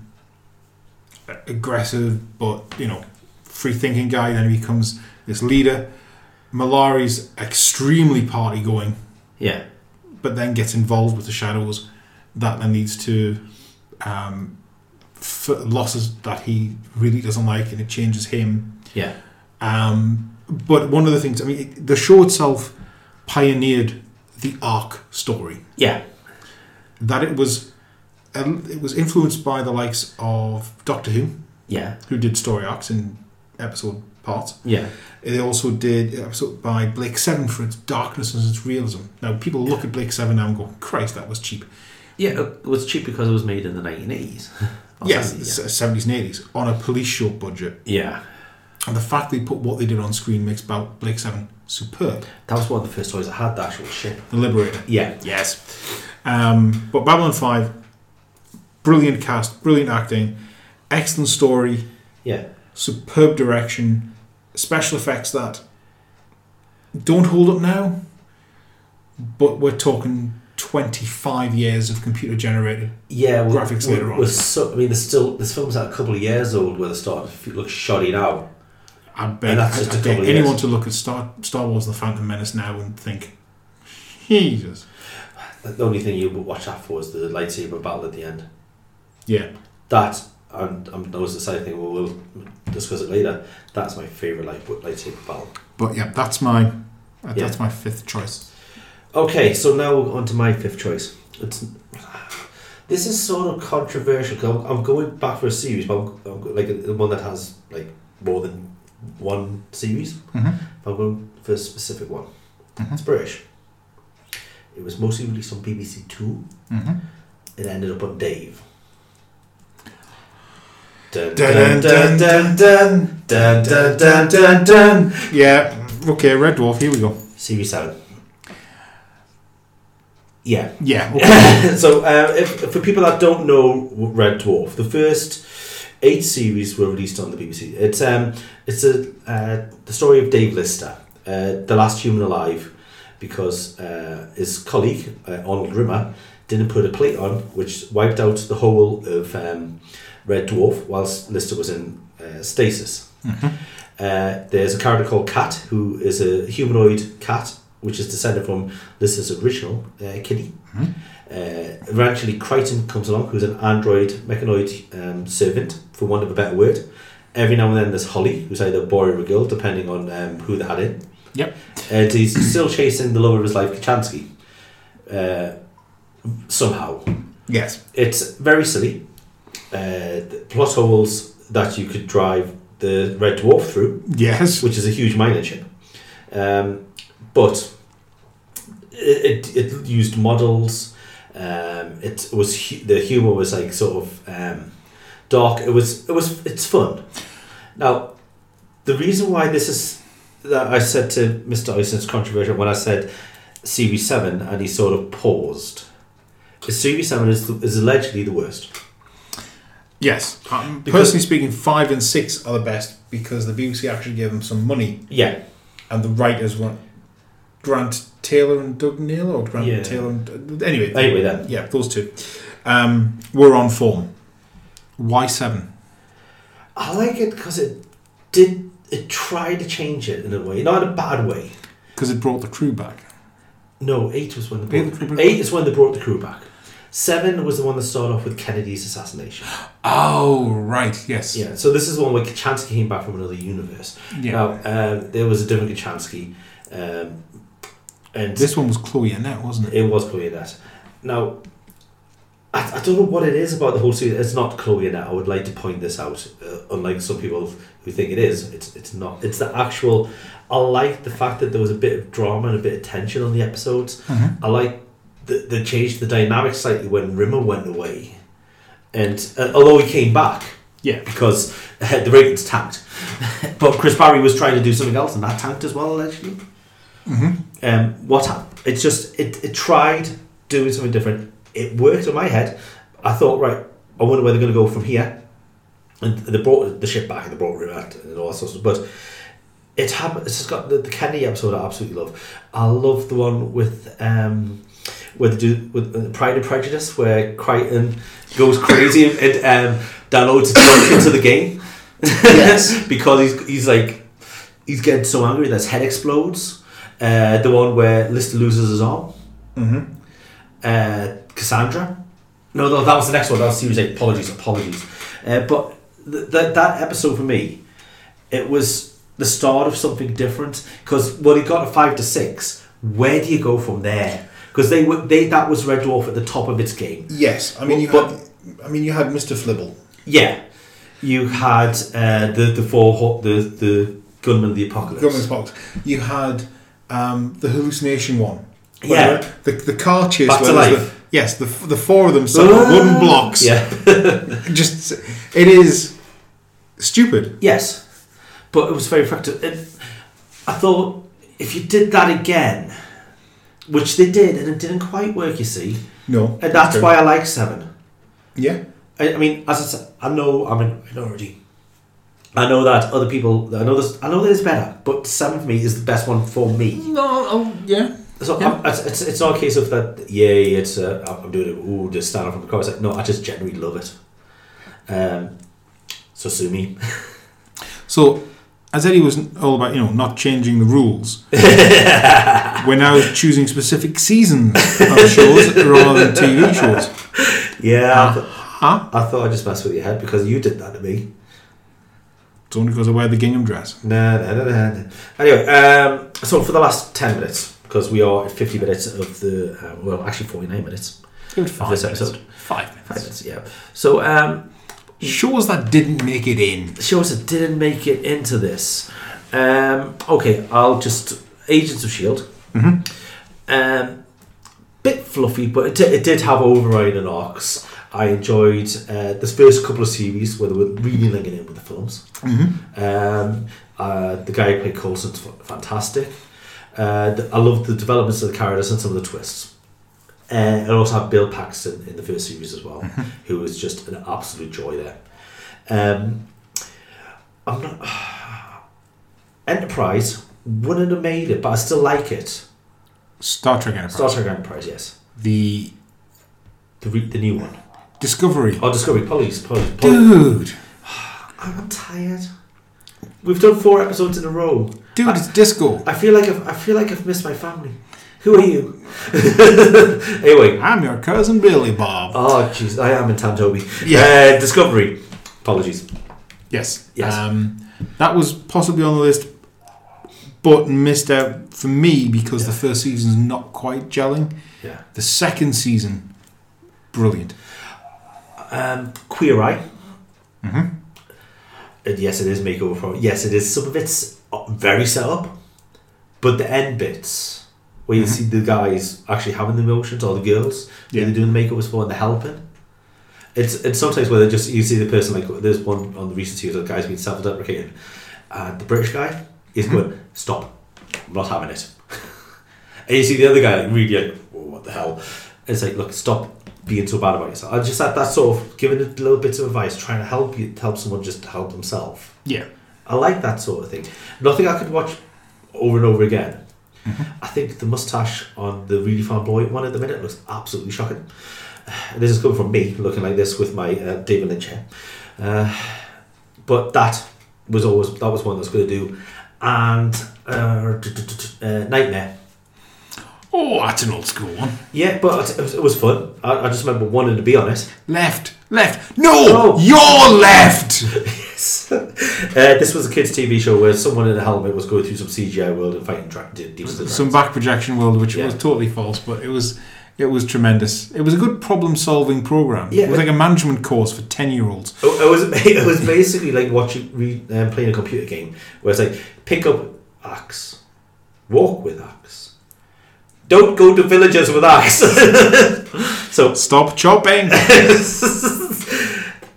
Speaker 4: aggressive, but you know, free-thinking guy. Then he becomes this leader. Malari's extremely party-going,
Speaker 3: Yeah,
Speaker 4: but then gets involved with the shadows. That then leads to um, f- losses that he really doesn't like, and it changes him.
Speaker 3: yeah,
Speaker 4: Um, but one of the things, I mean, it- the show itself pioneered the arc story.
Speaker 3: yeah,
Speaker 4: That it was, um, it was influenced by the likes of Doctor Who,
Speaker 3: yeah,
Speaker 4: who did story arcs in episode parts.
Speaker 3: yeah,
Speaker 4: It also did an episode by Blake Seven for its darkness and its realism. Now people look at Blake Seven now and go, "Christ, that was cheap."
Speaker 3: yeah. It was cheap because it was made in the nineteen eighties. Oh,
Speaker 4: yes, seventies and eighties on a police show budget,
Speaker 3: yeah.
Speaker 4: and the fact they put what they did on screen makes Bal- Blake Seven superb.
Speaker 3: That was one of the first toys I had. The actual ship.
Speaker 4: The Liberator.
Speaker 3: Yeah,
Speaker 4: Yes. Um, but Babylon 5, brilliant cast, brilliant acting, excellent story,
Speaker 3: yeah,
Speaker 4: superb direction, special effects that don't hold up now, but we're talking 25 years of computer generated.
Speaker 3: yeah. we-
Speaker 4: Graphics
Speaker 3: we-
Speaker 4: later on.
Speaker 3: we're so, I mean, there's still this film's like a couple of years old where they started to look shoddy now.
Speaker 4: I bet
Speaker 3: And that's
Speaker 4: I-
Speaker 3: just
Speaker 4: I
Speaker 3: a
Speaker 4: dare
Speaker 3: couple of
Speaker 4: anyone
Speaker 3: years.
Speaker 4: to look at Star, Star Wars The Phantom Menace now and think, Jesus.
Speaker 3: The only thing you would watch out for is the lightsaber battle at the end.
Speaker 4: Yeah.
Speaker 3: That and um, that was the side thing. Well, we'll discuss it later. That's my favorite light lightsaber battle.
Speaker 4: But yeah, that's my that-
Speaker 3: Yeah.
Speaker 4: that's my fifth choice.
Speaker 3: Okay, so now on to my fifth choice. It's this is sort of controversial. 'cause I'm, I'm going back for a series, but I'm, I'm go- like the one that has like more than one series.
Speaker 4: Mhm.
Speaker 3: I'm going for a specific one.
Speaker 4: Mm-hmm.
Speaker 3: It's British. It was mostly released on BBC Two.
Speaker 4: Mhm.
Speaker 3: It ended up on Dave. Dun,
Speaker 4: Dun, dun, dun, dun.
Speaker 3: dun, dun, dun, dun, dun.
Speaker 4: Yeah. Okay, Red Dwarf. Here we go.
Speaker 3: Series seven. Yeah.
Speaker 4: Yeah. Okay.
Speaker 3: so, uh, if, for people that don't know Red Dwarf, the first eight series were released on the BBC. It's um, it's a uh, the story of Dave Lister, uh, the last human alive, because uh, his colleague uh, Arnold Rimmer didn't put a plate on, which wiped out the whole of um, Red Dwarf, whilst Lister was in uh, stasis. Uh, there's a character called Cat, who is a humanoid cat, which is descended from Lister's original uh, kitty. Uh, eventually, Crichton comes along, who's an android mechanoid um, servant, for want of a better word. Every now and then, there's Holly, who's either a boy or a girl, depending on um, who they had in.
Speaker 4: yep.
Speaker 3: And he's still chasing the love of his life, Kachansky. Uh, somehow,
Speaker 4: Yes.
Speaker 3: it's very silly. Uh, the plot holes that you could drive the Red Dwarf through
Speaker 4: Yes.
Speaker 3: which is a huge minor chip. Um, but it, it, it used models. Um, it was hu- the humor was like sort of um, dark. It was it was it's fun. Now, the reason why this is that I said to Mister Ison's controversial when I said series seven and he sort of paused. Is series seven is, is allegedly the worst.
Speaker 4: Yes. Um,
Speaker 3: Because-
Speaker 4: personally speaking, five and six are the best because the BBC actually gave them some money
Speaker 3: Yeah,
Speaker 4: and the writers want Grant Taylor and Doug Neal, or Grant
Speaker 3: Yeah.
Speaker 4: Taylor and uh, anyway.
Speaker 3: Anyway then.
Speaker 4: yeah, those two um, were on form. Why seven?
Speaker 3: I like it because it did it tried to change it in a way, not in a bad way.
Speaker 4: Because it brought the crew back.
Speaker 3: No, eight was when they
Speaker 4: Eight
Speaker 3: brought
Speaker 4: was
Speaker 3: the
Speaker 4: when-
Speaker 3: eight is when they brought the crew back. Seven was the one that started off with Kennedy's assassination.
Speaker 4: Oh right, yes.
Speaker 3: Yeah, so this is the one where Kachansky came back from another universe.
Speaker 4: Yeah.
Speaker 3: Now um, there was a different Kachansky, um, and
Speaker 4: This one was Chloe Annette, wasn't it?
Speaker 3: it was Chloe Annette. Now, I, I don't know what it is about the whole series. It's not Chloe Annette. I would like to point this out. Uh, unlike some people who think it is, it's it's not. It's the actual. I like the fact that there was a bit of drama and a bit of tension on the episodes. I like that they changed the dynamic slightly when Rimmer went away, and uh, although he came back
Speaker 4: Yeah.
Speaker 3: because uh, the ratings tanked, but Chris Barry was trying to do something else and that tanked as well allegedly um, what happened. It's just it, it tried doing something different. It worked in my head. I thought, right, I wonder where they're going to go from here. And they brought the ship back and they brought it back and all that sort of stuff. But it happened. It's just got the, the Kennedy episode. I absolutely love. I love the one with um, where they do with uh, Pride and Prejudice, where Crichton goes crazy and um, downloads drunk into the game. Yes, because he's he's like he's getting so angry that his head explodes. Uh, the one where Lister loses his arm. Uh, Cassandra. No, no, that was the next one. That was series eight. Apologies, apologies. Uh, but th- th- that episode for me, it was the start of something different. Because when it got to five to six, where do you go from there? Because they were they that was Red Dwarf at the top of its game.
Speaker 4: Yes. I mean, you
Speaker 3: But-
Speaker 4: had. I mean, you had Mister Flibble.
Speaker 3: Yeah, you had uh, the the four ho- the the gunman of the apocalypse.
Speaker 4: Government's box. You had um, the hallucination one. Where
Speaker 3: Yeah.
Speaker 4: they were- The, the car chase.
Speaker 3: Back
Speaker 4: where
Speaker 3: to
Speaker 4: there's
Speaker 3: life. Ah.
Speaker 4: The, yes, the, f- the four of them sat on wooden blocks.
Speaker 3: Yeah.
Speaker 4: Just it is stupid.
Speaker 3: Yes, but it was very effective. It, I thought if you did that again, which they did, and it didn't quite work, you see,
Speaker 4: No.
Speaker 3: and that's
Speaker 4: Okay.
Speaker 3: why I like Seven.
Speaker 4: Yeah.
Speaker 3: I, I mean, as I said, I know I'm in minority. I know that other people, I know this, I know that it's better, but Seven for me is the best one for me.
Speaker 4: No. Oh, yeah.
Speaker 3: So I'm, it's, it's- it's not a case of that. Yay! It's uh, I'm- I'm doing it. Ooh, just stand up from the car. It's like, no, I just generally love it. Um, so sue me.
Speaker 4: So, as Eddie was all about, you know, not changing the rules, we're now choosing specific seasons of shows rather than TV shows.
Speaker 3: Yeah,
Speaker 4: Huh?
Speaker 6: I thought I just messed with your head because you did that to me.
Speaker 4: It's only because I wear the gingham dress.
Speaker 6: Nah, nah, nah, nah, nah.
Speaker 3: Anyway, um, so for the last 10 minutes, because we are at 50 minutes of the, uh, well, actually 49 minutes.
Speaker 4: Give it
Speaker 3: five This minutes. episode.
Speaker 4: Five minutes.
Speaker 3: Five minutes, yeah. So, um,
Speaker 4: Shows that didn't make it in.
Speaker 3: shows that didn't make it into this. Um, okay, I'll just. Agents of S.H.I.E.L.D. E Um, bit fluffy, but it, di- it did have overriding arcs. I enjoyed uh, this first couple of series where they were really linking in with the films. Um, uh, the guy who played Coulson's fa- fantastic. Uh, th- I loved the developments of the characters and some of the twists. Uh, and also had Bill Paxton in the first series as well, who was just an absolute joy there. Um, I'm not Enterprise wouldn't have made it, but I still like it.
Speaker 4: Star Trek Enterprise.
Speaker 3: Star Trek Enterprise, yes,
Speaker 4: the
Speaker 3: the re- the new one.
Speaker 4: Discovery.
Speaker 3: Oh, Discovery Police, Police, Police.
Speaker 4: Dude.
Speaker 3: I'm tired. We've done four episodes in a row.
Speaker 4: Dude, it's disco.
Speaker 3: I feel like I've, I feel like I've missed my family. Who are you? anyway,
Speaker 4: I'm your cousin Billy Bob.
Speaker 3: oh jeez, I am in Tantobi.
Speaker 4: Yeah.
Speaker 3: Uh, Discovery. Apologies.
Speaker 4: Yes.
Speaker 3: Yes.
Speaker 4: Um, that was possibly on the list, but missed out for me because the first season's not quite gelling.
Speaker 3: Yeah.
Speaker 4: The second season, brilliant.
Speaker 3: Um, Queer Eye. Mm-hmm. And yes, it is makeover from. Yes, it is. Some of it's uh, very set up, but the end bits where you see the guys actually having the emotions or the girls, yeah.
Speaker 4: Yeah.
Speaker 3: they're doing the makeovers for and they're helping. It's it's sometimes where they just you see the person like there's one on the recent series of the guy's been self-deprecating, and the British guy is going stop, I'm not having it. And you see the other guy like really like, "Whoa, what the hell? It's like, look, stop being so bad about yourself. I just that that sort of giving it little bits of advice, trying to help you help someone just to help themselves.
Speaker 4: Yeah.
Speaker 3: I like that sort of thing. Nothing I could watch over and over again. I think the mustache on the really flamboyant one at the minute looks absolutely shocking. And this is coming from me looking like this with my uh, David Lynch hair. Uh, but that was always that was one that's going to do. And uh, d- d- d- d- uh, Nightmare.
Speaker 4: Oh, that's an old school one.
Speaker 3: Yeah, but it was, it was fun. I, I just remember wanting to be on it.
Speaker 4: Left, left. No,
Speaker 3: Oh.
Speaker 4: you're left.
Speaker 3: uh, this was a kids' TV show where someone in a helmet was going through some CGI world and fighting dra- de- demons. and
Speaker 4: Some
Speaker 3: dragons.
Speaker 4: back projection world, which
Speaker 3: Yeah.
Speaker 4: was totally false, but it was it was tremendous. It was a good problem solving program.
Speaker 3: Yeah.
Speaker 4: It was like a management course for ten year olds.
Speaker 3: Oh, It, it was it was basically like watching re, um, playing a computer game where it's like pick up axe, walk with axe, don't go to villages with axe. so
Speaker 4: Stop chopping.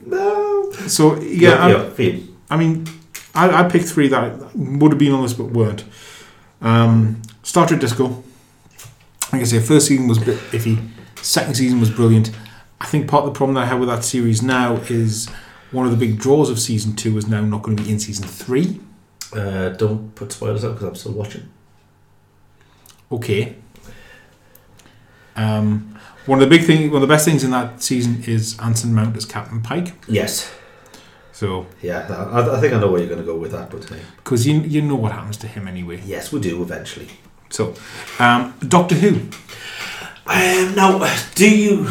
Speaker 3: no.
Speaker 4: so yeah, I'm-
Speaker 3: yeah, yeah.
Speaker 4: I mean, I, I picked three that would have been on this but weren't. Um, Star Trek Disco. Like I say, first season was a bit iffy. Second season was brilliant. I think part of the problem that I have with that series now is one of the big draws of season two is now not going to be in season three.
Speaker 3: Uh, don't put spoilers out because I'm still watching.
Speaker 4: Okay. Um, one of the big thing, one of the best things in that season is Anson Mount as Captain Pike.
Speaker 3: Yes,
Speaker 4: So,
Speaker 3: yeah. I, I think I know where you're going to go with that, but uh,
Speaker 4: because you you know what happens to him anyway.
Speaker 3: yes, we do eventually.
Speaker 4: So, um, Doctor Who.
Speaker 3: Um, now, do you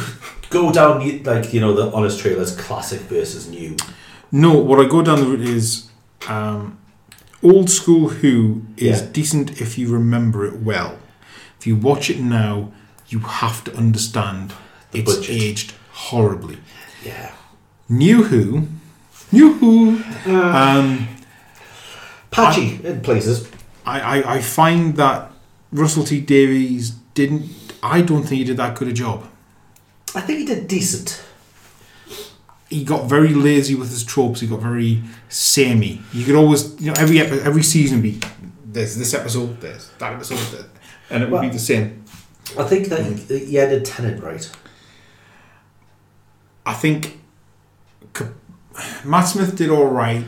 Speaker 3: go down the- like you know the honest trailers classic versus new?
Speaker 4: No, what I go down the route is um, old school Who is
Speaker 3: Yeah.
Speaker 4: decent if you remember it well. If you watch it now, you have to understand
Speaker 3: The
Speaker 4: it's
Speaker 3: budget.
Speaker 4: aged horribly.
Speaker 3: Yeah,
Speaker 4: New Who, New Who. Um,
Speaker 3: patchy in places.
Speaker 4: I, I, I find that Russell T Davies didn't. I don't think he did that good a job.
Speaker 3: I think he did decent.
Speaker 4: he got very lazy with his tropes. He got very samey. You could always, you know, every epi- every season be there's this episode, there's that episode, there, and it would be the same.
Speaker 3: I think that he, he ended Tenant right.
Speaker 4: I think Cap- Matt Smith did all right.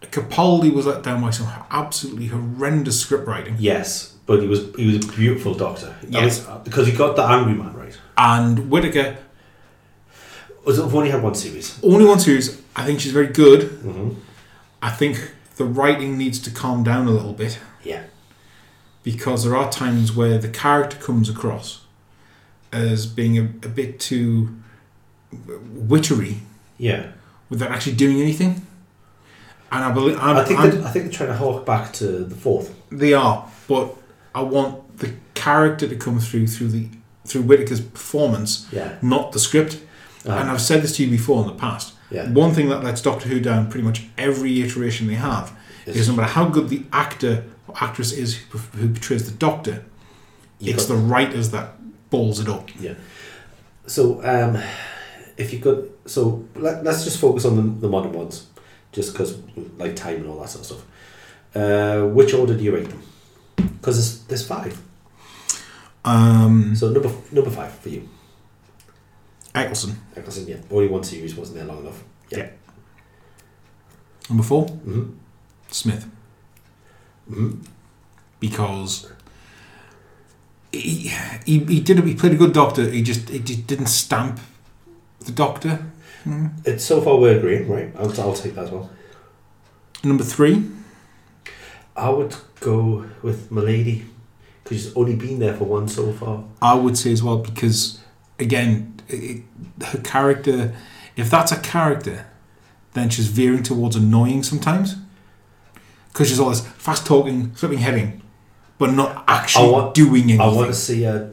Speaker 4: Capaldi was let down by some absolutely horrendous script writing,
Speaker 3: Yes, but he was he was a beautiful Doctor. That
Speaker 4: Yes.
Speaker 3: was- because he got the Angry Man right.
Speaker 4: and Whitaker
Speaker 3: Was it- I've only had one series.
Speaker 4: only one series. I think she's very good.
Speaker 3: Mm-hmm.
Speaker 4: I think the writing needs to calm down a little bit.
Speaker 3: Yeah,
Speaker 4: because there are times where the character comes across as being a, a bit too witchery
Speaker 3: Yeah.
Speaker 4: without actually doing anything. And I believe I'm,
Speaker 3: I think,
Speaker 4: I'm-
Speaker 3: they're, I think they're trying to hark back to the fourth.
Speaker 4: they are, but I want the character to come through through the through Whitaker's performance,
Speaker 3: Yeah.
Speaker 4: not the script.
Speaker 3: Uh-huh.
Speaker 4: And I've said this to you before in the past.
Speaker 3: Yeah.
Speaker 4: One thing that lets Doctor Who down pretty much every iteration they have
Speaker 3: Is-
Speaker 4: is, no matter how good the actor or actress is who, who portrays the Doctor,
Speaker 3: You
Speaker 4: it's
Speaker 3: got-
Speaker 4: the writers that balls it up.
Speaker 3: Yeah. So, um, if you could, so let, let's just focus on the, the modern ones, just because like time and all that sort of stuff. Uh, which order do you rate them? Because there's, there's five.
Speaker 4: Um,
Speaker 3: So number number five for you,
Speaker 4: Eccleston,
Speaker 3: Eccleston. Yeah, only one series wasn't there long enough.
Speaker 4: Yeah. number four,
Speaker 3: Mhm.
Speaker 4: Smith,
Speaker 3: Mhm.
Speaker 4: because he, he, he did a, he played a good Doctor. He just he just didn't stamp the Doctor.
Speaker 3: It's so far we're agreeing, right? I'll, I'll take that as well.
Speaker 4: Number three,
Speaker 3: I would go with Milady because she's only been there for one so far.
Speaker 4: I would say as well because again, it, her character. If that's a character, then she's veering towards annoying sometimes. Because she's all this fast talking, flipping heading, but not actually
Speaker 3: want-
Speaker 4: doing anything.
Speaker 3: I want to see. Uh,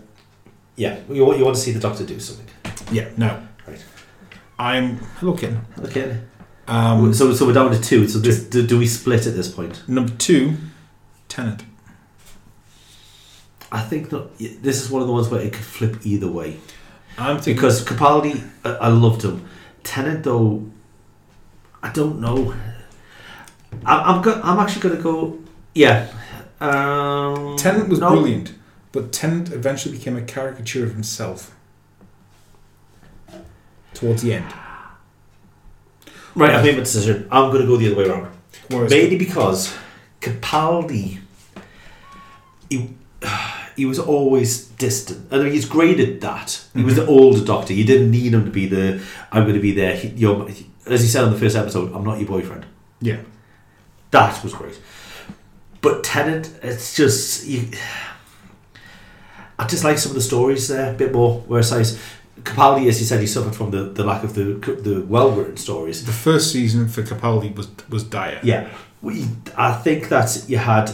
Speaker 3: yeah, you want you want to see the Doctor do something.
Speaker 4: yeah, no.
Speaker 3: Right.
Speaker 4: I'm looking.
Speaker 3: Okay.
Speaker 4: Um,
Speaker 3: so so we're down to two. So this, do, do we split at this point?
Speaker 4: number two, Tenant.
Speaker 3: I think not. y- This is one of the ones where it could flip either way
Speaker 4: I'm thinking
Speaker 3: because Capaldi, I, I loved him. Tennant though, I don't know. I, I'm go, I'm actually gonna go. Yeah. Um,
Speaker 4: Tennant was
Speaker 3: no.
Speaker 4: brilliant, but Tennant eventually became a caricature of himself towards the end.
Speaker 3: Right, I've made my decision. I'm gonna go the other way around.
Speaker 4: Whereas
Speaker 3: Mainly because Capaldi, he, he was always distant. I mean, he's great at that. He was the older doctor. You didn't need him to be the, I'm going to be there. He, you're my-" as he said on the first episode, I'm not your boyfriend.
Speaker 4: yeah,
Speaker 3: That was great. But Tennant, it's just, you, I just like some of the stories there a bit more. Whereas I, Capaldi, as you said, he suffered from the, the lack of the, the well written stories.
Speaker 4: the first season for Capaldi was was dire.
Speaker 3: Yeah, we, I think that you had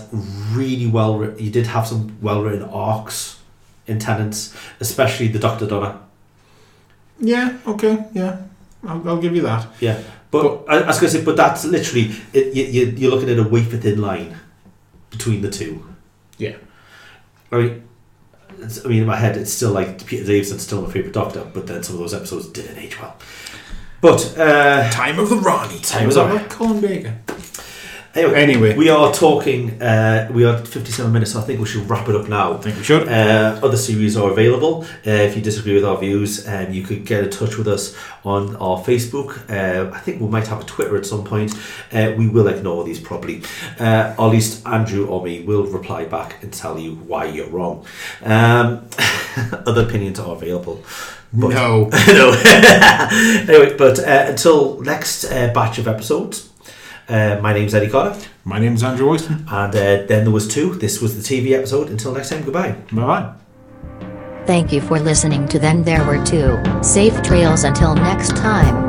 Speaker 3: really well. writ- You did have some well written arcs in Tenants, especially the Doctor Donna.
Speaker 4: yeah, okay, yeah, I'll, I'll give you that.
Speaker 3: Yeah, but, I, I was going to say, but that's literally it, you, you, you're looking at a wafer thin line between the two.
Speaker 4: Yeah,
Speaker 3: I mean, it's, I mean, in my head, it's still like Peter Davison's still my favorite Doctor, but then some of those episodes didn't age well. But uh,
Speaker 4: Time of the Rani.
Speaker 3: Time of
Speaker 4: was
Speaker 3: the
Speaker 4: that
Speaker 3: Rani.
Speaker 4: about Colin Baker?
Speaker 3: anyway,
Speaker 4: Anyway,
Speaker 3: we are talking. Uh, we are 57 minutes, so I think we should wrap it up now.
Speaker 4: I think we should.
Speaker 3: Uh, other series are available. Uh, if you disagree with our views, um, you could get in touch with us on our Facebook. Uh, I think we might have a Twitter at some point. Uh, we will ignore these probably. Uh, or at least Andrew or me will reply back and tell you why you're wrong. Um, other opinions are available. But
Speaker 4: no,
Speaker 3: no. anyway, but uh, until next uh, batch of episodes, uh, my name's Eddie Carter,
Speaker 4: my name's Andrew Oyston.
Speaker 3: and uh, then there was two. This was the TV episode. Until next time, goodbye.
Speaker 4: Bye bye.
Speaker 2: Thank you for listening to Then There Were Two. Safe trails until next time.